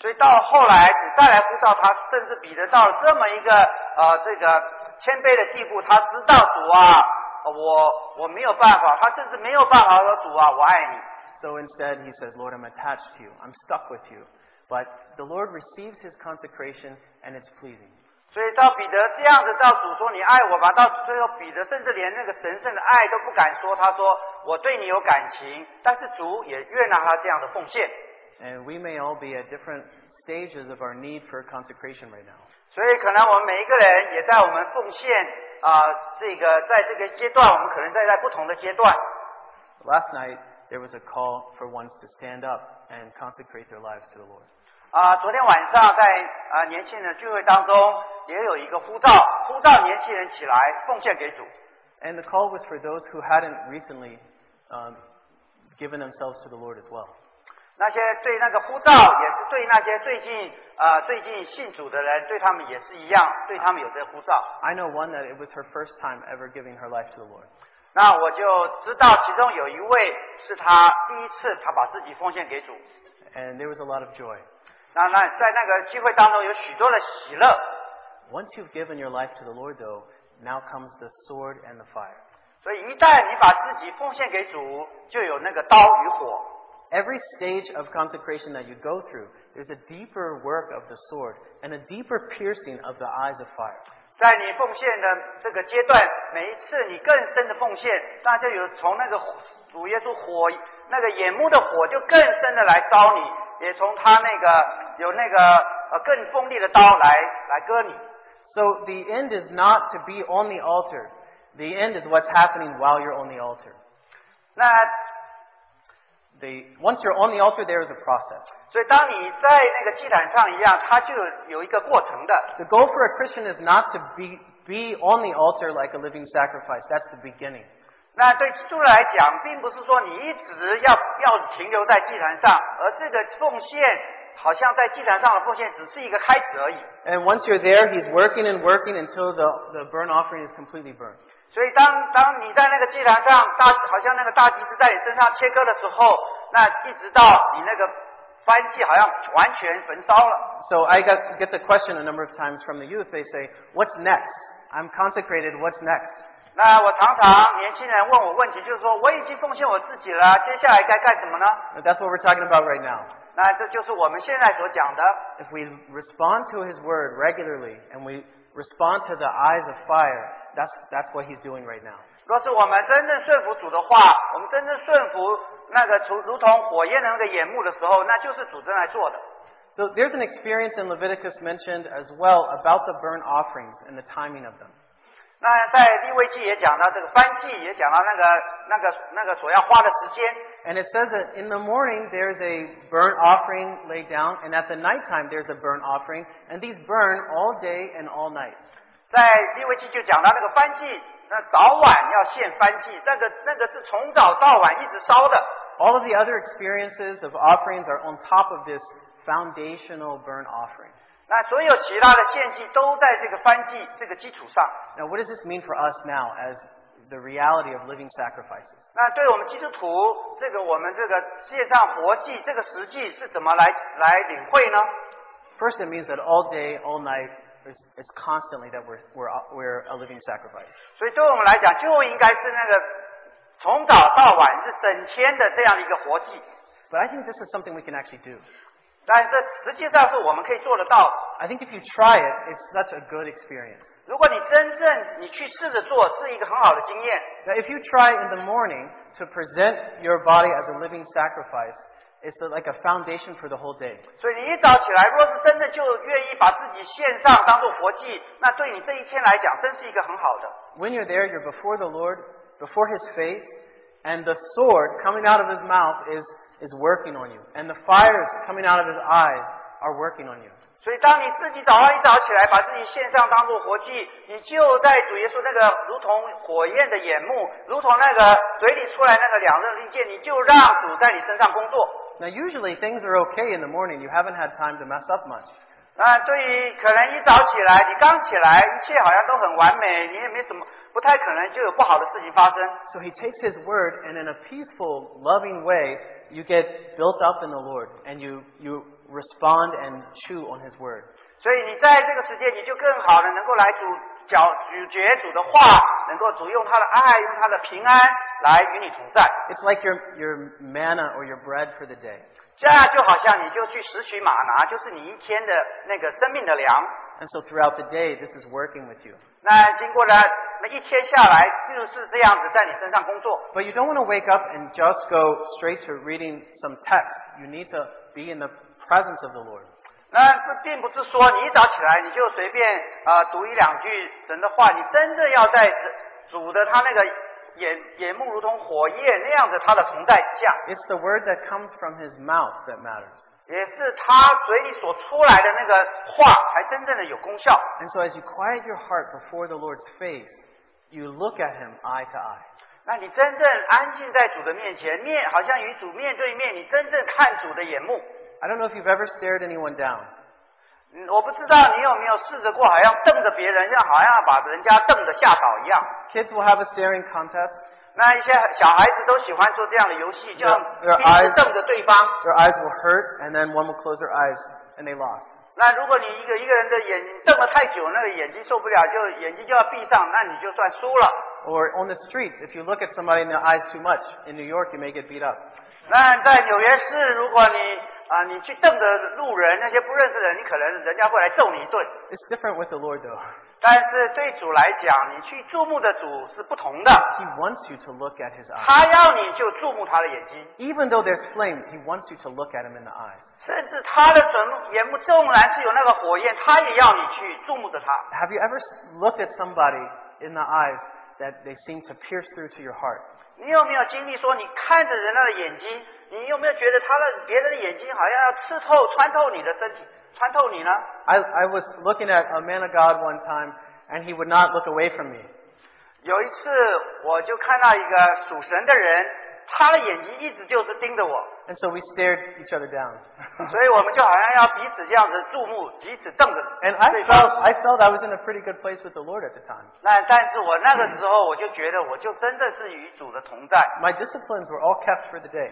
A: 所以到后来主再来呼召他，甚至彼得到了这么一个呃这个谦卑的地步，他知道主啊，我我没有办法，他甚至没有办法说主啊，我爱你。
B: So instead, he says, Lord, I'm attached to you. I'm stuck with you. But the Lord receives his consecration and it's pleasing.
A: 所以到彼得这样子到主说你爱我吧，到最后彼得甚至连那个神圣的爱都不敢说，他说我对你有感情，但是主也悦纳他这样的奉献。
B: And we may all be at different stages of our need for consecration right now.
A: 所以可能我们每一个人也在我们奉献啊、这个在这个阶段，我们可能在在不同的阶段。
B: Last night, there was a call for ones to stand up and consecrate their lives to the Lord.
A: 啊、昨天晚上在啊、年轻人的聚会当中，也有一个呼召，呼召年轻人起来奉献给主。
B: And the call was for those who hadn't recently um, given themselves to the Lord as well.
A: 那些对那个呼召，也是对那些最近啊、呃最近信主的人，对他们也是一样，对他们有这呼召。
B: I know one that it was her first time ever giving her life to the Lord.
A: 那我就知道其中有一位是他第一次他把自己奉献给主，
B: And there was a lot of joy.
A: 那那在那个聚会当中有许多的喜乐。
B: Once you've given your life to the Lord, though, now comes the sword and the fire.
A: 所以一旦你把自己奉献给主，就有那个刀与火。
B: Every stage of consecration that you go through, there's a deeper work of the sword and a deeper piercing of the eyes of fire.
A: 在你奉献的这个阶段，每一次你更深的奉献，那就有从那个火主耶稣火那个眼目的火就更深的来烧你，也从他那个有那个呃更锋利的刀来来割你。
B: So the end is not to be on the altar. The end is what's happening while you're on the altar.
A: 那
B: The, once you're on the altar, there is a process.
A: 所以当你在那个祭坛上一样，它就有一个过程的。
B: The goal for a Christian is not to be, be on the altar like a living sacrifice. That's the beginning.
A: 那对基督徒来讲，并不是说你一直要要停留在祭坛上，而这个奉献好像在祭坛上的奉献只是一个开始而已。
B: And once you're there, he's working and working until the, the burnt offering is completely burned.
A: 所以当当你在那个祭坛上大，好像那个大祭司在你身上切割的时候，那一直到你那个燔祭好像完全焚烧了。
B: So I got, get the question a number of times from the youth. They say, what's next? I'm consecrated. What's next?
A: 那我常常年轻人问我问题，就是说我已经奉献我自己了，啊接下来该干什么呢？
B: But that's what we're talking about right now.
A: 那这就是我们现在所讲的。
B: If we respond to his word regularly and we respond to the eyes of fire, that's, that's what he's doing right now.
A: 若是我们真正顺服主的话，我们真正顺服那个如如同火焰的那个眼目的时候，那就是主正在做的。
B: So there's an experience in Leviticus mentioned as well about the burnt offerings and the timing of them.
A: 那在立位记也讲到这个翻记，也讲到那个那个那个所要花的时间。
B: And it says that in the morning there's a burnt offering laid down, and at the nighttime there's a burnt offering, and these burn all day and all night.
A: 在立位记就讲到那个翻记，那早晚要献翻记，那个那个是从早到晚一直烧的。
B: All of the other experiences of offerings are on top of this foundational burnt offering.
A: 那所有其他的献祭都在这个翻记这个基础上。
B: Now, what does this mean for us now as the reality of living sacrifices?
A: 那对我们基督徒，这个我们这个线上活祭这个实际是怎么来来领会呢？
B: First, it means that all day, all night, it's, it's constantly that we're, we're, we're a living sacrifice.
A: 所以对我们来讲，就应该是那个从早到晚是整天的这样的一个活祭，
B: But I think this is something we can actually do.
A: 但这实际上是我们可以做得到的。
B: I think if you try it, it's such a good experience.
A: 如果你真正你去试着做，是一个很好的经验。
B: Now, if you try in the morning to present your body as a living sacrifice, it's like a foundation for the whole day.
A: 所以你一早起来，若是真的就愿意把自己献上当做活祭，那对你这一天来讲，真是一个很好的。
B: When you're there, you're before the Lord, before His face, and the sword coming out of His mouth is, is working on you, and the fires coming out of His eyes are working on you.
A: 所以，当你自己早上一早起来，把自己献上当做活祭，你就在主耶稣那个如同火焰的眼目，如同那个嘴里出来那个两刃利剑，你就让主在你身上工作。
B: Now, usually things are okay in the morning. You haven't had time to mess up much.
A: 啊，对于可能一早起来，你刚起来，一切好像都很完美，你也没什么，不太可能就有不好的事情发生。
B: So he takes his word, and in a peaceful, loving way, you get built up in the Lord, and you, you respond and chew on his word.
A: 所以你在这个时间，你就更好的能够来主脚咀嚼主的话，能够主用他的爱，用他的平安来与你同在。
B: It's like your, your manna or your bread for the day.
A: 这样就好像你就去拾取马拿，就是你一天的那个生命的粮。
B: And so throughout the day, this is working with you.
A: 那经过了那一天下来，就是这样子在你身上工作。
B: But you don't want to wake up and just go straight to reading some text. You need to be in the presence of the Lord.
A: 那这并不是说你一早起来你就随便啊、呃读一两句神的话，你真正要在主的他那个眼眼目如同火焰那样子他的同在之下，
B: It's the word that comes from his mouth that matters.
A: 也是他嘴里所出来的那个话才真正的有功效。
B: And so as you quiet your heart before the Lord's face, you look at him eye to eye.
A: 那你真正安静在主的面前，面好像与主面对面，你真正看主的眼目。
B: I don't know if you've ever stared anyone down.
A: 嗯我不知道你有没有试着过，好像瞪着别人，像好像把人家瞪得吓倒一样。
B: Kids will have a staring contest.
A: 那一些小孩子都喜欢做这样的游戏，就
B: Your
A: 一直
B: eyes-
A: 瞪着对方。
B: Their eyes will hurt, and then one will close their eyes, and they lost.
A: 那如果你一个一个人的眼睛瞪了太久，那个眼睛受不了，就眼睛就要闭上，那你就算输了。
B: Or on the streets, if you look at somebody in the eyes too much, in New York, you may get beat up.
A: 那在纽约市，如果你啊、你去瞪着路人那些不认识的人，你可能人家会来揍你一顿。
B: It's different with the Lord, though.
A: 但是对主来讲，你去注目的主是不同的，
B: He wants you to look at His eyes.
A: 他要你就注目他的眼睛，
B: Even though there's flames, He wants you to look at Him in the eyes.
A: 甚至他的准眼目纵然是有那个火焰，他也要你去注目着他。
B: Have you ever s- looked at somebody in the eyes that they seem to pierce through to your heart?
A: 你有没有经历说，你看着人家的眼睛，你有没有觉得他的别人的眼睛好像要吃透、穿透你的身体，穿透你呢？
B: I, I was looking at a man of God one time, and he would not look away from me.
A: 有一次，我就看到一个属神的人，他的眼睛一直就是盯 着我，
B: And so we stared each other down.
A: 所以我们就好像要彼此这样子注目，彼此瞪着
B: and I
A: 对
B: felt,
A: 方。
B: I felt I was in a pretty good place with the Lord at the time.
A: 那但是我那个时候，我就觉得我就真的是与主的同在。
B: My disciplines were all kept for the day.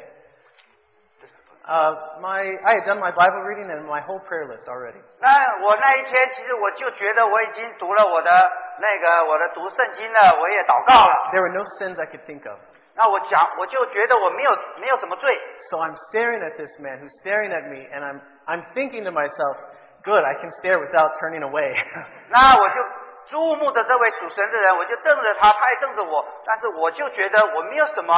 B: Uh, my, I had done my Bible reading and my whole prayer list already.
A: 那我那一天，其实我就觉得我已经读了我的那个我的读圣经了，我也祷告了。
B: There were no sins I could think of.
A: 那我讲，我就觉得我没有没有什么罪。
B: So I'm staring at this man who's staring at me, and I'm, I'm thinking to myself, good, I can stare without turning away.
A: 那我就注目着这位属神的人，我就瞪着他，他也瞪着我，但是我就觉得我没有什么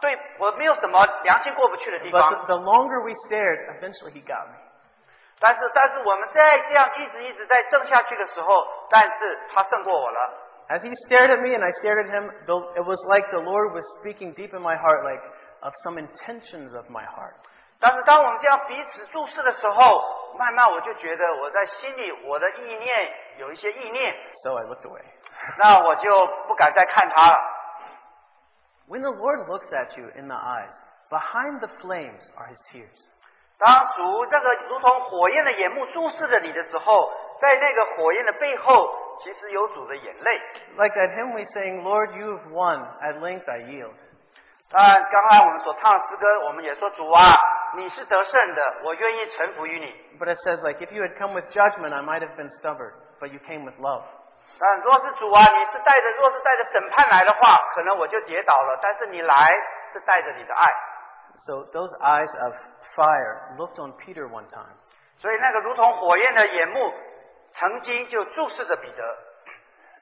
A: 对我没有什么良心过不去的地
B: but
A: 方。
B: the, the longer we stared, eventually he got me.
A: 但是，但是我们再这样一直一直在瞪下去的时候，但是他胜过我了。
B: As he stared at me and I stared at him, the, it was like the Lord was speaking deep in my heart, like of some intentions of my heart.
A: 但是当我们这样彼此注视的时候，慢慢我就觉得我在心里我的意念有一些意念，
B: So I looked away.
A: 那我就不敢再看他了。
B: When the Lord looks at you in the eyes, behind the flames are his tears.
A: 当主这个如同火焰的眼目注视着你的时候，在那个火焰的背后，其实有主的眼泪。
B: Like that hymn we sang, Lord, you have won, at length I yield.
A: 当然，刚才我们所唱的诗歌，我们也说主啊，你是得胜的，我愿意臣服于你。
B: But it says, like, if you had come with judgment, I might have been stubborn, but you came with love.
A: 但若是主啊，你是带着若是带着审判来的话，可能我就跌倒了。但是你来是带着你的爱，
B: So those eyes of fire looked on Peter one time.
A: 所以那个如同火焰的眼目，曾经就注视着彼得。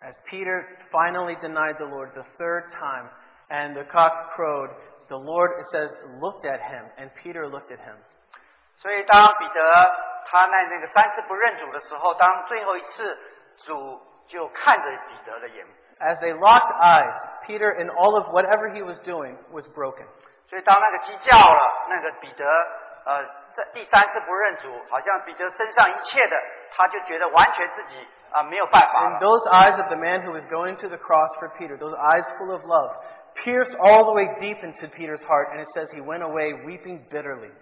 B: As Peter finally denied the Lord the third time, and the cock crowed, the Lord, it says, looked at him, and Peter looked at him.
A: 所以当彼得他那那个三次不认主的时候，当最后一次主就看着彼得的眼目。
B: As they locked eyes, Peter, in all of whatever he was doing, was broken.
A: 所以当那个鸡叫了，那个彼得呃在第三次不认主，好像彼得身上一切的，他就觉得完全自己啊、没有办法
B: And
A: 了。
B: those eyes of the man who was going to the cross for Peter, those eyes full of love, pierced all the way deep into Peter's heart, and it says he went away weeping bitterly.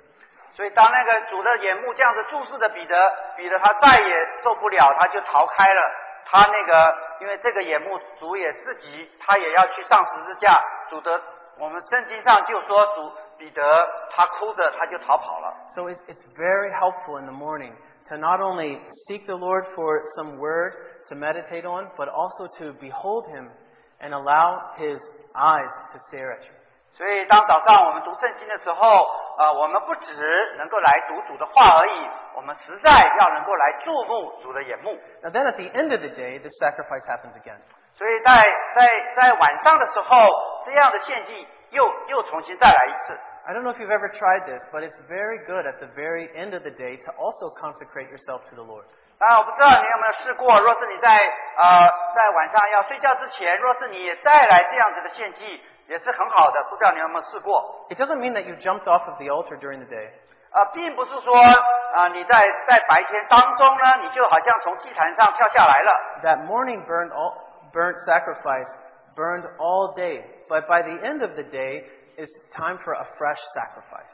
A: 所以当那个主的眼目这样子注视着彼得，彼得他再也受不了，他就逃开了。他那个因为这个眼目，主也自己他也要去上十字架。主的，我们圣经上就说主彼得他哭着他就逃跑了。
B: So it's, it's very helpful in the morning to not only seek the Lord for some word to meditate on, but also to behold Him and allow His eyes to stare at you.
A: 所以，当早上我们读圣经的时候，呃，我们不只能够来读主的话而已，我们实在要能够来注目主的眼目。
B: Now then at the end of the day, the sacrifice happens again.
A: 所以在在在晚上的时候，这样的献祭又又重新再来一次。
B: I don't know if you've ever tried this, but it's very good at the very end of the day to also consecrate yourself to the Lord.
A: 啊，我不知道你有没有试过，若是你在呃在晚上要睡觉之前，若是你也再来这样子的献祭，也是很好的。不知道你有没有试过？
B: It doesn't mean that you jumped off of the altar during the day.
A: 呃，并不是说啊、呃你在在白天当中呢，你就好像从祭坛上跳下来了。
B: That morning burnt all, burnt sacrifice burned all day, But by the end of the day, it's time for a fresh sacrifice.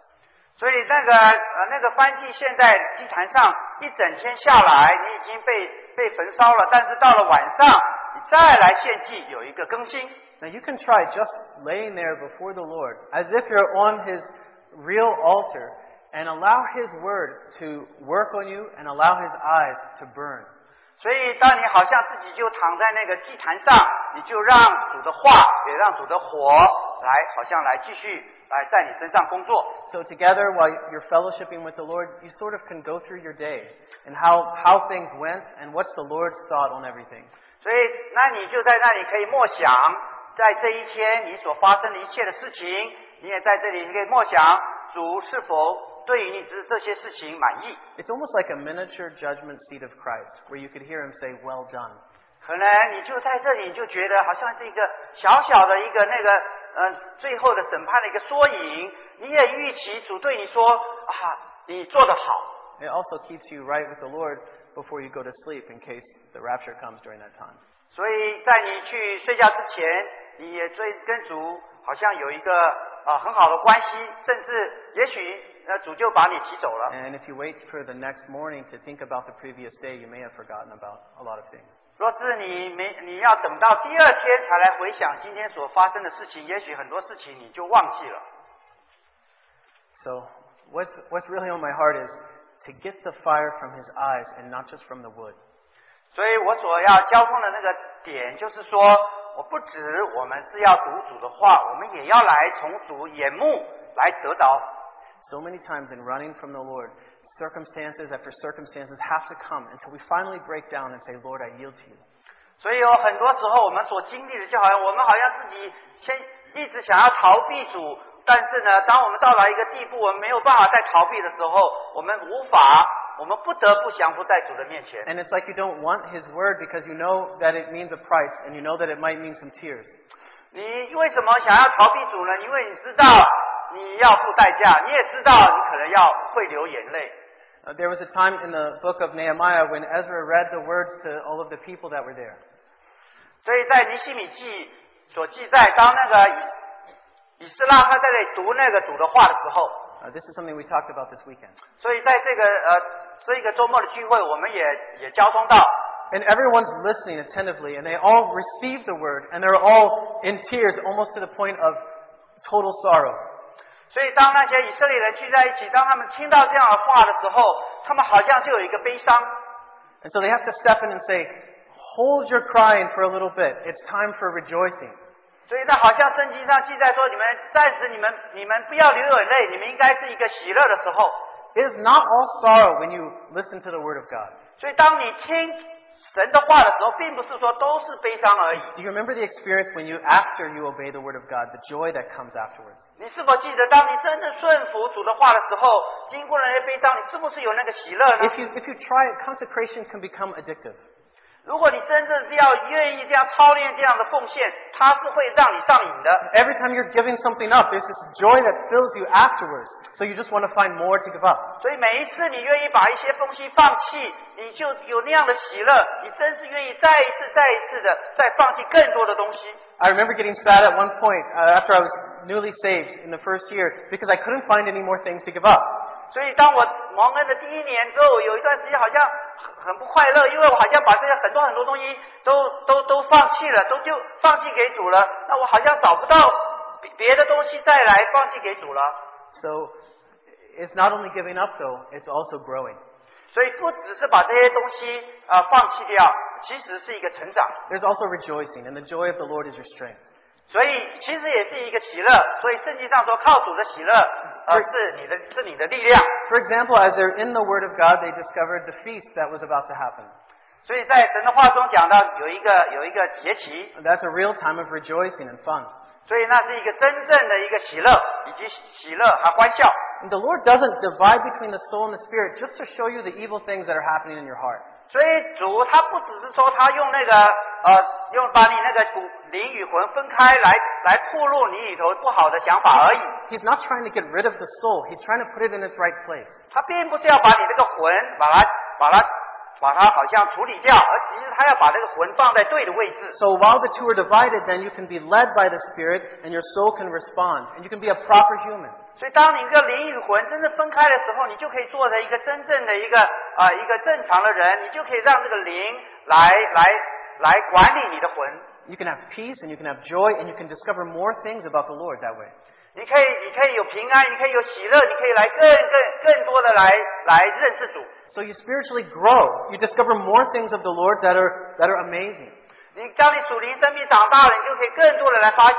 A: 所以那个呃那个班级现在祭坛上一整天下来，你已经被被焚烧了，但是到了晚上，你再来献祭，有一个更新。
B: Now you can try just laying there before the Lord as if you're on His real altar and allow His word to work on you and allow His eyes to burn.
A: 所以，当你好像自己就躺在那个祭坛上，你就让主的话，也让主的火来，好像来继续来在你身上工作。
B: So together, while you're fellowshipping with the Lord, you sort of can go through your day and how, how things went and what's the Lord's thought on everything.
A: 所以，那你就在那里可以默想，在这一天你所发生的一切的事情，你也在这里你可以默想主是否对于你这这些事情满意。
B: It's almost like a miniature judgment seat of Christ, where you could hear Him say, "Well done."
A: 可能你就在这里，你就觉得好像是一个小小的一个那个呃最后的审判的一个缩影。你也预期主对你说啊，你做得好。
B: It also keeps you right with the Lord before you go to sleep, in case the rapture comes during that time.
A: 所以在你去睡觉之前，你也最跟主好像有一个啊、很好的关系，甚至也许呃主就把你提走了。
B: And if you wait for the next morning to think about the previous day, you may have forgotten about a lot of things.
A: 若是你没你要等到第二天才来回想今天所发生的事情，也许很多事情你就忘记了。
B: So what's what's really on my heart is to get the fire from His eyes and not just from the wood.
A: 所以我所要交通的那个点就是说，我不止我们是要读主的话，我们也要来从主眼目来得着。
B: So many times in running from the Lord, circumstances after circumstances have to come until we finally break down and say, Lord, I yield to you.
A: 所以有哦很多时候我们所经历的，就好像我们好像自己先一直想要逃避主，但是呢，当我们到达一个地步，我们没有办法再逃避的时候，我们无法，我们不得不降服在主的面前。
B: And it's like you don't want His word because you know that it means a price and you know that it might mean some tears.
A: 你为什么想要逃避主呢？因为你知道你要付代价，你也知道你可能要会流眼泪。
B: Uh, there was a time in the book of Nehemiah when Ezra read the words to all of the people that were there.
A: 所以在尼西米记所记载，当那个以斯以斯拉他在那里读那个主的话的时候，
B: Uh, this is something we talked about this weekend.
A: 所以在这个呃这一个周末的聚会，我们也也交通到，
B: And everyone's listening attentively and they all receive the word and they're all in tears almost to the point of total sorrow.
A: 所以当那些以色列人聚在一起，当他们听到这样的话的时候，他们好像就有一个悲伤，
B: And so they have to step in and say, hold your crying for a little bit. It's time for rejoicing.
A: 所以那好像圣经上记载说，你们暂时你们你们不要流眼泪，你们应该是一个喜乐的时候。
B: It is not all sorrow when you listen to the word of God.
A: 所以当你听神的话的时候，并不是说都是悲伤而已。
B: Do you remember the experience when you, after you obey the word of God, the joy that comes afterwards?
A: 你是否记得，当你真正顺服主的话的时候，经过了那些悲伤，你是不是有那个喜乐呢
B: If？you, if you try it, consecration can become addictive.
A: 如果你真正是要愿意这样操练这样的奉献，它是会让你上瘾的。
B: Every time you're giving something up, there's this joy that fills you afterwards. So you just want to find more to give up.
A: 所以每一次你愿意把一些东西放弃，你就有那样的喜乐。你真是愿意再一次、再一次的再放弃更多的东西。
B: I remember getting sad at one point uh, after I was newly saved in the first year because I couldn't find any more things to give up.
A: 所以当我蒙恩的第一年之后，有一段时间好像很很不快乐，因为我好像把这些很多很多东西都都都放弃了，都就放弃给主了。那我好像找不到别别的东西再来放弃给主了。
B: So it's not only giving up though, it's also growing.
A: 所以不只是把这些东西啊、呃放弃掉，其实是一个成长。
B: There's also rejoicing, and the joy of the Lord is your strength.
A: 所以其实也是一个喜乐。所以圣经上说，靠主的喜乐，呃，是你的是你的力量。
B: For example, as they're in the Word of God, they discovered the feast that was about to happen.
A: 所以在神的话中讲到有一个有一个节期，
B: That's a real time of rejoicing and fun.
A: 所以那是一个真正的一个喜乐，以及喜喜乐和欢笑。
B: And the Lord doesn't divide between the soul and the spirit just to show you the evil things that are happening in your heart.
A: 所以主他不只是说他用那个呃用把你那个骨灵与魂分开来来铺路你里头不好的想法而已，
B: He's not trying to get rid of the soul, He's trying to put it in its right place.
A: 他并不是要把你这个魂把它把它把它好像处理掉，而其实他要把这个魂放在对的位置。
B: So while the two are divided, then you can be led by the Spirit and your soul can respond and you can be a proper human.
A: 所以，当你一个灵与魂真正分开的时候，你就可以做成一个真正的一个啊、呃一个正常的人，你就可以让这个灵来来来管理你的魂。
B: You can have peace and you can have joy and you can discover more things about the Lord that way.
A: 你可以，你可以有平安，你可以有喜乐，你可以来更更更多的来来认识主。
B: So you spiritually grow. You discover more things of the Lord that are, that are amazing.
A: 你当你属灵生命长大了，你就可以更多的来发现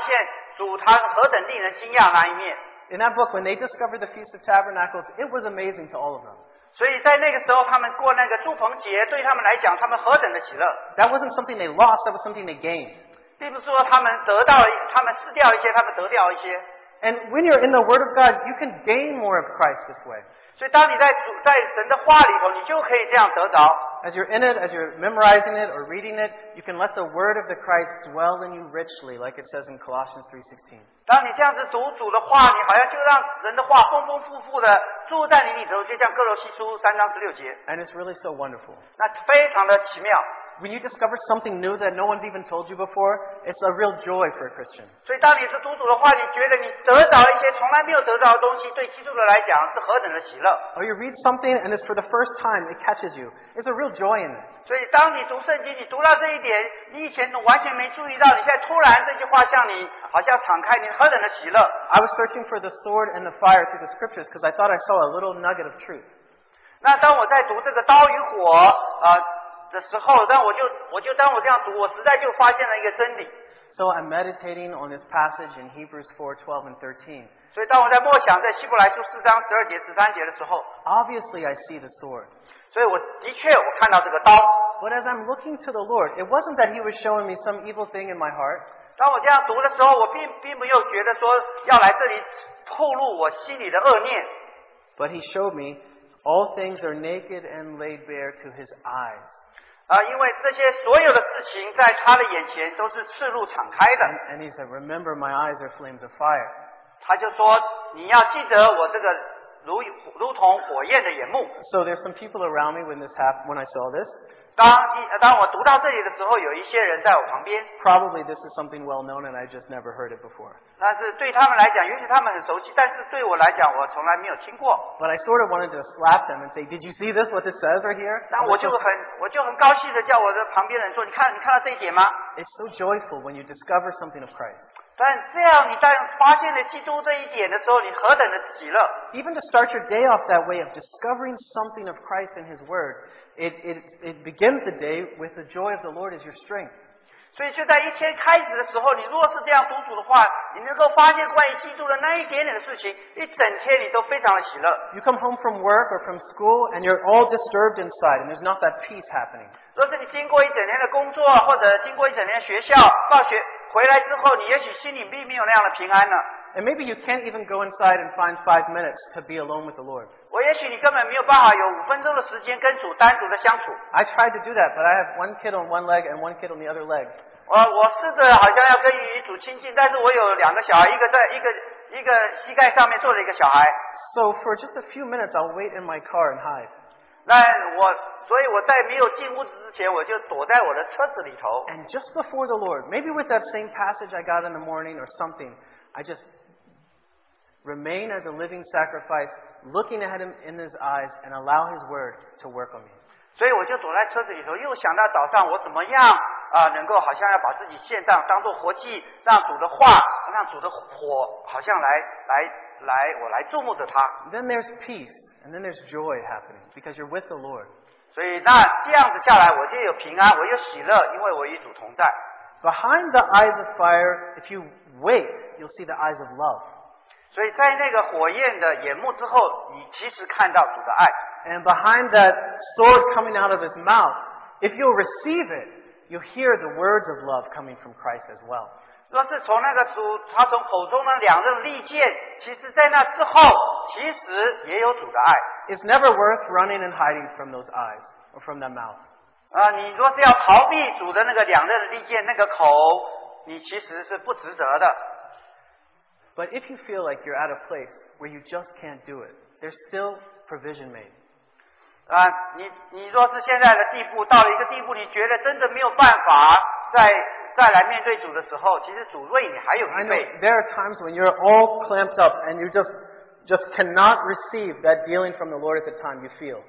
A: 主他何等令人惊讶那一面。
B: In that book, when they discovered the Feast of Tabernacles, it was amazing to all of them.
A: 所以在那个时候，他们过那个祝棚节，对他们来讲，他们何等的喜乐，
B: That wasn't something they lost, that was something they gained.
A: 并不是说他们得到，他们失掉一些，他们得掉一些。
B: And when you're in the Word of God, you can gain more of Christ this way.
A: 所以当你在主在神的话里头，你就可以这样得着。
B: As you're in it, as you're memorizing it or reading it, you can let the Word of the Christ dwell in you richly, like it says in Colossians 3.16.
A: 当你这样子读主的话，你好像就让人的话丰丰富富的住在你里头，就像哥罗西书三章十六节，
B: And it's really so wonderful.
A: 那非常的奇妙。
B: When you discover something new that no one's even told you before, it's a real joy for a Christian.
A: 所以，当你是读主的话，你觉得你得着一些从来没有得着的东西，对基督徒来讲是何等的喜乐。
B: Or you read something and it's for the first time, it catches you. It's a real joy in it.
A: 所以，当你读圣经，你读到这一点，你以前完全没注意到，你现在突然这句话向你好像敞开，你何等的喜乐！
B: I was searching for the sword and the fire through the scriptures because I thought I saw a little nugget of truth.
A: 那当我在读这个刀与火啊、呃的时候，但我就我就当我这样读，我实在就发现了一个真理。
B: So I'm meditating on this passage in Hebrews 4, 12, and 13.
A: 所以，当我在默想在希伯来书四章十二节、十三节的时候，
B: Obviously, I see the sword.
A: 所以我的确我看到这个刀。
B: But as I'm looking to the Lord, it wasn't that He was showing me some evil thing in my heart.
A: 当我这样读的时候，我并并没有觉得说要来这里透露我心里的恶念，
B: But he showed me all things are naked and laid bare to his eyes.
A: 啊、因为这些所有的事情在他的眼前都是赤露敞开的。
B: And, and he said, Remember, my eyes are flames of fire.
A: 他就说：“你要记得我这个如如同火焰的眼目。
B: So there's some people around me when this happened, when I saw this.
A: 当一当我读到这里的时候，有一些人在我旁边，
B: Probably this is something well known and I just never heard it before.
A: 但是对他们来讲，也许他们很熟悉，但是对我来讲，我从来没有听过。
B: But I sort of wanted to slap them and say, Did you see this? What this says right here?
A: 那我就
B: This is-
A: 很我就很高兴的叫我的旁边人说：‘你看，你看到这一点吗
B: It's so joyful when you discover something of Christ.？’
A: 但这样，你当发现了基督这一点的时候，你何等的喜乐！
B: Even to start your day off that way of discovering something of Christ in His Word, it, it, it begins the day with the joy of the Lord as your strength.
A: 所以就在一天开始的时候，你若是这样读主的话，你能够发现关于基督的那一点点的事情，一整天你都非常的喜乐。
B: You come home from work or from school and you're all disturbed inside and there's not that peace happening.
A: 若是你经过一整天的工作，或者经过一整天的学校、放学回来之后，你也许心里并没有那样的平安呢。
B: And maybe you can't even go inside and find five minutes to be alone with the Lord.
A: 我也许你根本没有办法有五分钟的时间跟主单独的相处。
B: I tried to do that, but I have one kid on one leg and one kid on the other leg.
A: 呃，我试着好像要跟与主亲近，但是我有两个小孩，一个在一个一个膝盖上面坐着一个小孩。
B: So for just a few minutes, I'll wait in my car and hide.
A: 那我，所以我在没有进屋子之前，我就躲在我的车子里头。
B: And just before the Lord, maybe with that same passage I got in the morning or something, I just remain as a living sacrifice, looking at Him in His eyes and allow His word to work on me.
A: 所以我就躲在车子里头，又想到早上我怎么样啊、能够好像要把自己献上，当做活祭，让主的话，让主的火，好像来来来，我来注目着他。
B: Then there's peace, and then there's joy happening because you're with the Lord.
A: 所以那这样子下来，我就有平安，我有喜乐，因为我与主同在。
B: Behind the eyes of fire, if you wait, you'll see the eyes of love.
A: 所以在那个火焰的眼目之后，你其实看到主的爱。
B: And behind that sword coming out of his mouth, if you'll receive it, you'll hear the words of love coming from Christ as well.
A: 若是从那个主，他从口中的两刃利剑，其实在那之后，其实也有主的爱。
B: It's never worth running and hiding from those eyes or from that mouth.
A: 啊，你若是要逃避主的那个两刃的利剑那个口，你其实是不值得的。
B: But if you feel like you're at a place where you just can't do it, there's still provision made.
A: 啊，你你若是现在的地步到了一个地步，你觉得真的没有办法再再来面对主的时候，其实主为你还有
B: I
A: 预
B: know
A: 备。
B: there are times when you're all clamped up and you just just cannot receive that dealing from the Lord at the time you feel.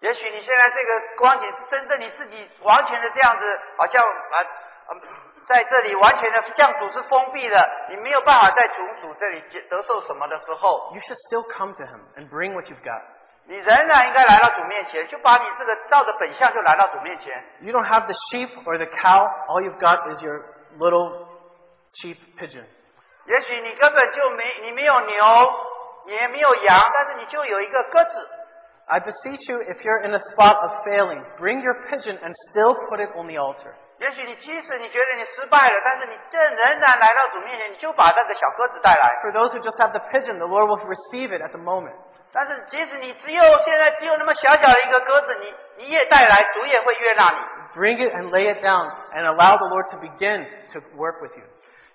A: 也许你现在这个光景是真正你自己完全的这样子，好像啊、呃，在这里完全的向主是封闭的，你没有办法在主主这里接得受什么的时候，
B: You should still come to Him and bring what you've got.
A: 你仍然应该来到主面前，就把你这个照着本相就来到主面前。
B: You don't have the sheep or the cow. All you've got is your little cheap pigeon.
A: 也许你根本就没你没有牛，你也没有羊，但是你就有一个鸽子。
B: I beseech you, if you're in a spot of failing, bring your pigeon and still put it on the altar.
A: 也许你即使你觉得你失败了，但是你这仍然来到主面前，你就把那个小鸽子带来。
B: For those who just have the pigeon, the Lord will receive it at the moment.
A: 但是即使你只有现在只有那么小小的一个鸽子，你你也带来，主也会悦纳你，
B: Bring it and lay it down and allow the Lord to begin to work with you.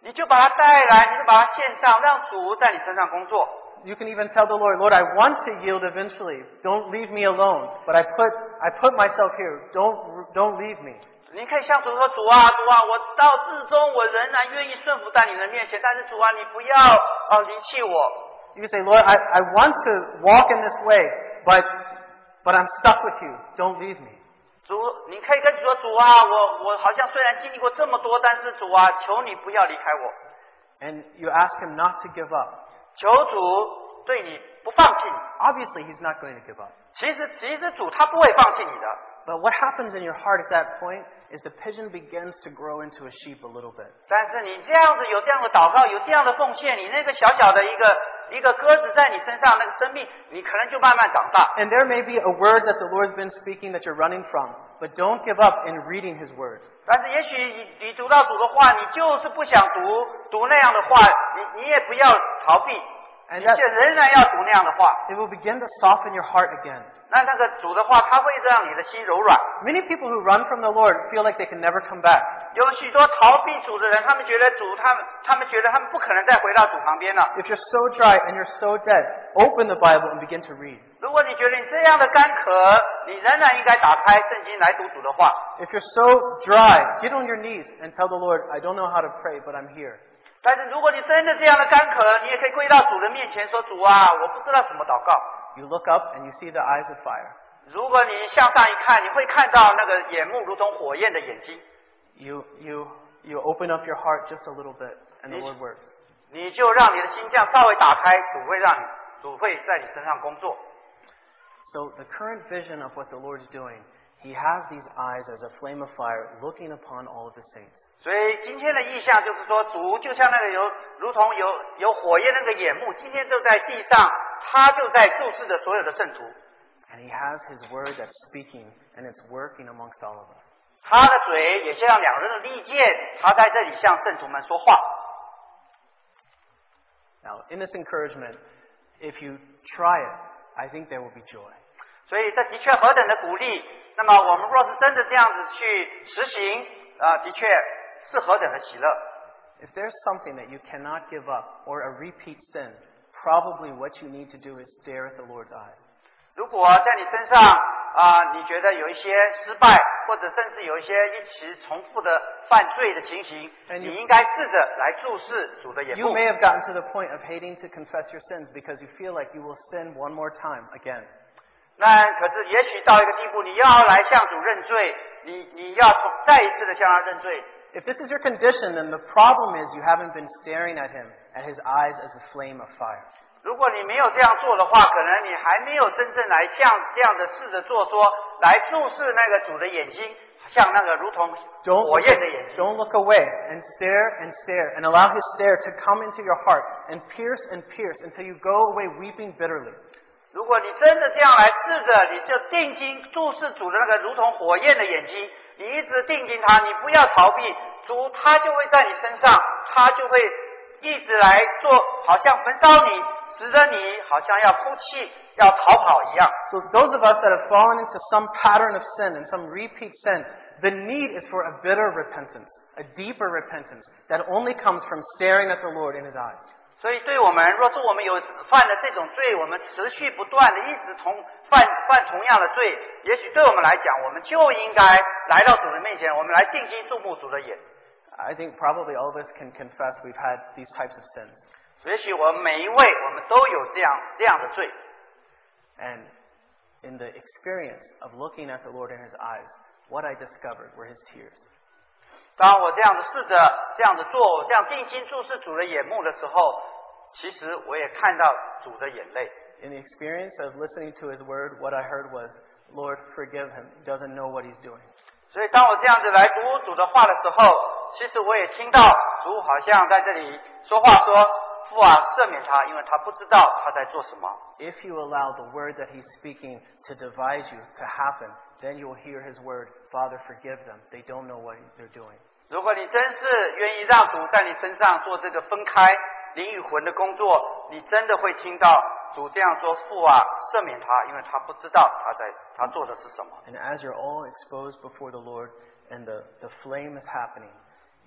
A: 你就把它带来，你就把它献上，让主在你身上工作。
B: You can even tell the Lord, Lord, I want to yield eventually. Don't leave me alone. But I put, I put myself here. Don't, don't leave me.
A: 你可以向主说：“主啊，主啊，我到至终我仍然愿意顺服在你的面前，但是主啊，你不要呃离弃我。”
B: You can say, Lord, I, I want to walk in this way, but, but I'm stuck with you. Don't leave me.
A: 主，你可以跟主说：“主啊，我我好像虽然经历过这么多，但是主啊，求你不要离开我，
B: And you ask him not to give up.
A: 求主对你不放弃你。
B: Obviously, he's not going to give up. ”
A: 其实，其实主他不会放弃你的。
B: But what happens in your heart at that point is the pigeon begins to grow into a sheep a little bit.
A: 但是你这样子有这样的祷告，有这样的奉献，你那个小小的一个一个鸽子在你身上那个生命，你可能就慢慢长大。
B: And there may be a word that the Lord's been speaking that you're running from, but don't give up in reading his word.
A: 但是也许你你读到主的话，你就是不想读读那样的话，你你也不要逃避，
B: 哎
A: 你
B: 那
A: 却仍然要读那样的话。
B: It will begin to soften your heart again.
A: 那那个主的话，他会让你的心柔软。
B: Many people who run from the Lord feel like they can never come back.
A: 有许多逃避主的人，他们觉得主，他们他们觉得他们不可能再回到主旁边了。
B: If you're so dry and you're so dead, open the Bible and begin to read.
A: 如果你觉得你这样的干渴，你仍然应该打开圣经来读主的话。
B: If you're so dry, get on your knees and tell the Lord, I don't know how to pray, but I'm here.
A: 但是如果你真的这样的干渴，你也可以跪到主的面前说：“主啊，我不知道怎么祷告。
B: You look up and you see the eyes of fire. ”
A: 如果你向上一看，你会看到那个眼目如同火焰的眼睛，
B: You, you, you open up your heart just a little bit and the
A: Yes.
B: Lord works.
A: 你就让你的心这样稍微打开，主会让你主会在你身上工作。
B: So the current vision of what the Lord's doing, He has these eyes as a flame of fire looking upon all of the saints.
A: 所以今天的意象就是说，主就像那个有如同有有火焰那个眼目，今天就在地上，他就在注视着所有的圣徒，
B: And He has His word that's speaking and it's working amongst all of us.
A: 他的嘴也像两人的利剑，他在这里向圣徒们说话。
B: Now, in this encouragement, if you try it, I think there will be joy.
A: 所以这的确何等的鼓励！那么我们若是真的这样子去实行，啊、的确是何等的喜乐。
B: If there's something that you cannot give up or a repeat sin, probably what you need to do is stare at the Lord's eyes.
A: 如果在你身上啊、你觉得有一些失败，或者甚至有一些一起重复的犯罪的情形，
B: 哎你
A: 你应该试着来注视主的眼
B: You
A: 目。
B: may have gotten to the point of hating to confess your sins because you feel like you will sin one more time again.
A: 那可是，也许到一个地步，你要来向主认罪，你你要重再一次的向他认罪。
B: If this is your condition, then the problem is you haven't been staring at him, at his eyes as a flame of fire.
A: 如果你没有这样做的话，可能你还没有真正来像这样的试着做说，来注视那个主的眼睛，像那个如同
B: Don't
A: 火
B: look,
A: 焰的眼睛。
B: don't look away and stare and stare and allow his stare to come into your heart and pierce and pierce until you go away weeping bitterly.
A: 如果你真的这样来试着，你就定睛注视主的那个如同火焰的眼睛，你一直定睛他，你不要逃避，主他就会在你身上，他就会一直来做，好像焚烧你，使得你好像要哭泣、要逃跑一样。
B: So those of us that have fallen into some pattern of sin and some repeat sin, the need is for a bitter repentance, a deeper repentance that only comes from staring at the Lord in his eyes.
A: 所以，对我们，若是我们有犯了这种罪，我们持续不断的一直同犯犯同样的罪，也许对我们来讲，我们就应该来到主的面前，我们来定睛注目主的眼。
B: I think probably all of us can confess we've had these types of sins.
A: 也许我们每一位，我们都有这样这样的罪。
B: And in the experience of looking at the Lord in His eyes, what I discovered were His tears.
A: 当我这样的试着这样的做，这样定睛注视主的眼目的时候，其实我也看到主的眼泪。
B: In the experience of listening to His word, what I heard was, Lord, forgive him. He doesn't know what he's doing.
A: 所以，当我这样子来读主的话的时候，其实我也听到主好像在这里说话说：“父啊，赦免他，因为他不知道他在做什么。
B: If you allow the word that he's speaking to divide you, to happen, then you will hear his word, Father, forgive them. They don't know what they're doing. ”
A: 如果你真是愿意让主在你身上做这个分开灵与魂的工作，你真的会听到主这样说：“父啊，赦免他，因为他不知道他在他做的是什么。”
B: And as you're all exposed before the Lord and the, the flame is happening,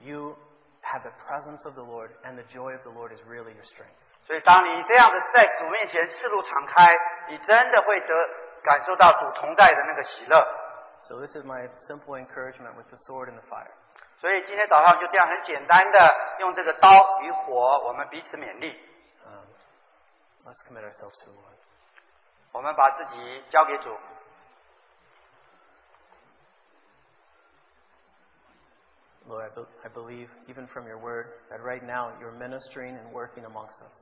B: you have the presence of the Lord and the joy of the Lord is really your strength.
A: 所以，当你这样的在主面前赤露敞开，你真的会得感受到主同在的那个喜乐。
B: So this is my simple encouragement with the sword and the fire.
A: 所以今天早上就这样很简单的用这个刀与火，我们彼此勉励，
B: Um, let's commit ourselves to the Lord.
A: 我们把自己交给主。
B: Lord, I, be- I believe, even from your word, that right now you're ministering and working amongst us.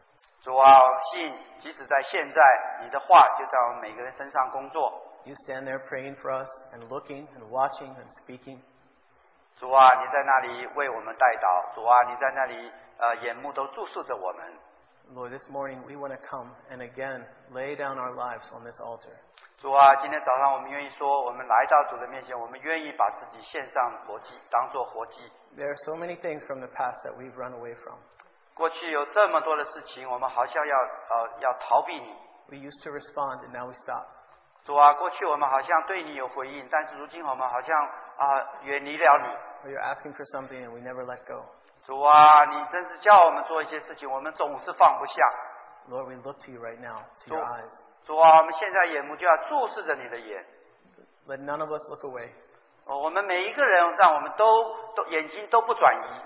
A: 主啊，我信，即使在现在，你的话就在我们每个人身上工作。
B: You stand there praying for us and looking and watching and speaking.
A: 主啊，你在那里为我们代祷。主啊，你在那里呃，眼目都注视着我们。
B: Lord, this morning we want to come and again lay down our lives on this altar.
A: 主啊，今天早上我们愿意说，我们来到主的面前，我们愿意把自己献上活祭，当做活祭。
B: There are so many things from the past that we've run away from.
A: 过去有这么多的事情，我们好像要呃要逃避你。
B: We used to respond and now we stop.
A: 主啊，过去我们好像对你有回应，但是如今我们好像啊、远离了你。
B: Or you're asking for something and we never let go.
A: 主啊，你真是叫我们做一些事情，我们总是放不下。
B: Lord, we look to you right now, to your
A: Lord.
B: eyes.
A: 主啊，我们现在眼目就要注视着你的眼。
B: Let none of us look away.
A: 哦我们每一个人，让我们都都眼睛都不转移。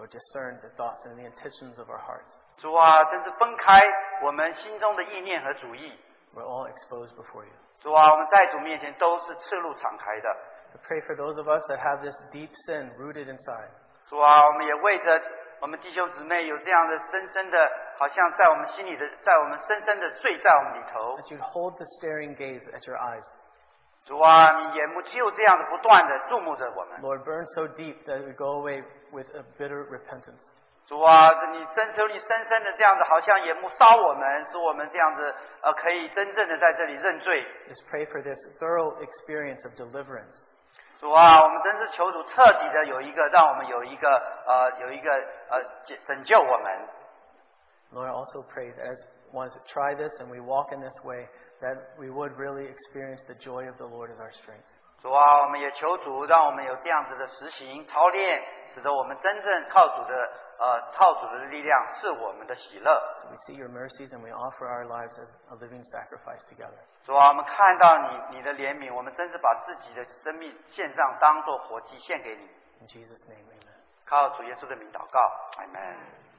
B: Lord, discern the thoughts and the intentions of our hearts.
A: 主啊，真是分开我们心中的意念和主意。
B: We're all exposed before you.
A: 主啊，我们在主面前都是赤露敞开的。
B: I pray for those of us that have this deep sin rooted inside.
A: 主啊，我们也为着我们弟兄姊妹有这样的深深的，好像在我们心里的，在我们深深的罪在我们里头。
B: That you'd hold the staring gaze at your eyes.
A: 主啊，你眼目就这样的不断的注目着我们。
B: Lord, burn so deep that it would go away with a bitter repentance.
A: 主啊，你深求你深深的这样子，好像眼目烧我们，使我们这样子呃，可以真正的在这里认罪。
B: Just pray for this thorough experience of deliverance.
A: 主啊，我们真是求主彻底的有一个，让我们有一个呃，有一个呃解拯救我们。
B: Lord, I also pray that as ones that try this and we walk in this way, that we would really experience the joy of the Lord as our strength.
A: 主啊，我们也求主让我们有这样子的实行操练，使得我们真正靠主的呃靠主的力量是我们的喜乐。
B: So we see your mercies and we offer our lives as a living sacrifice together.
A: 主啊，我们看到你你的怜悯，我们真是把自己的生命献上，当做活祭献给你。
B: In Jesus' name, amen.
A: 靠主耶稣的名祷告，阿门。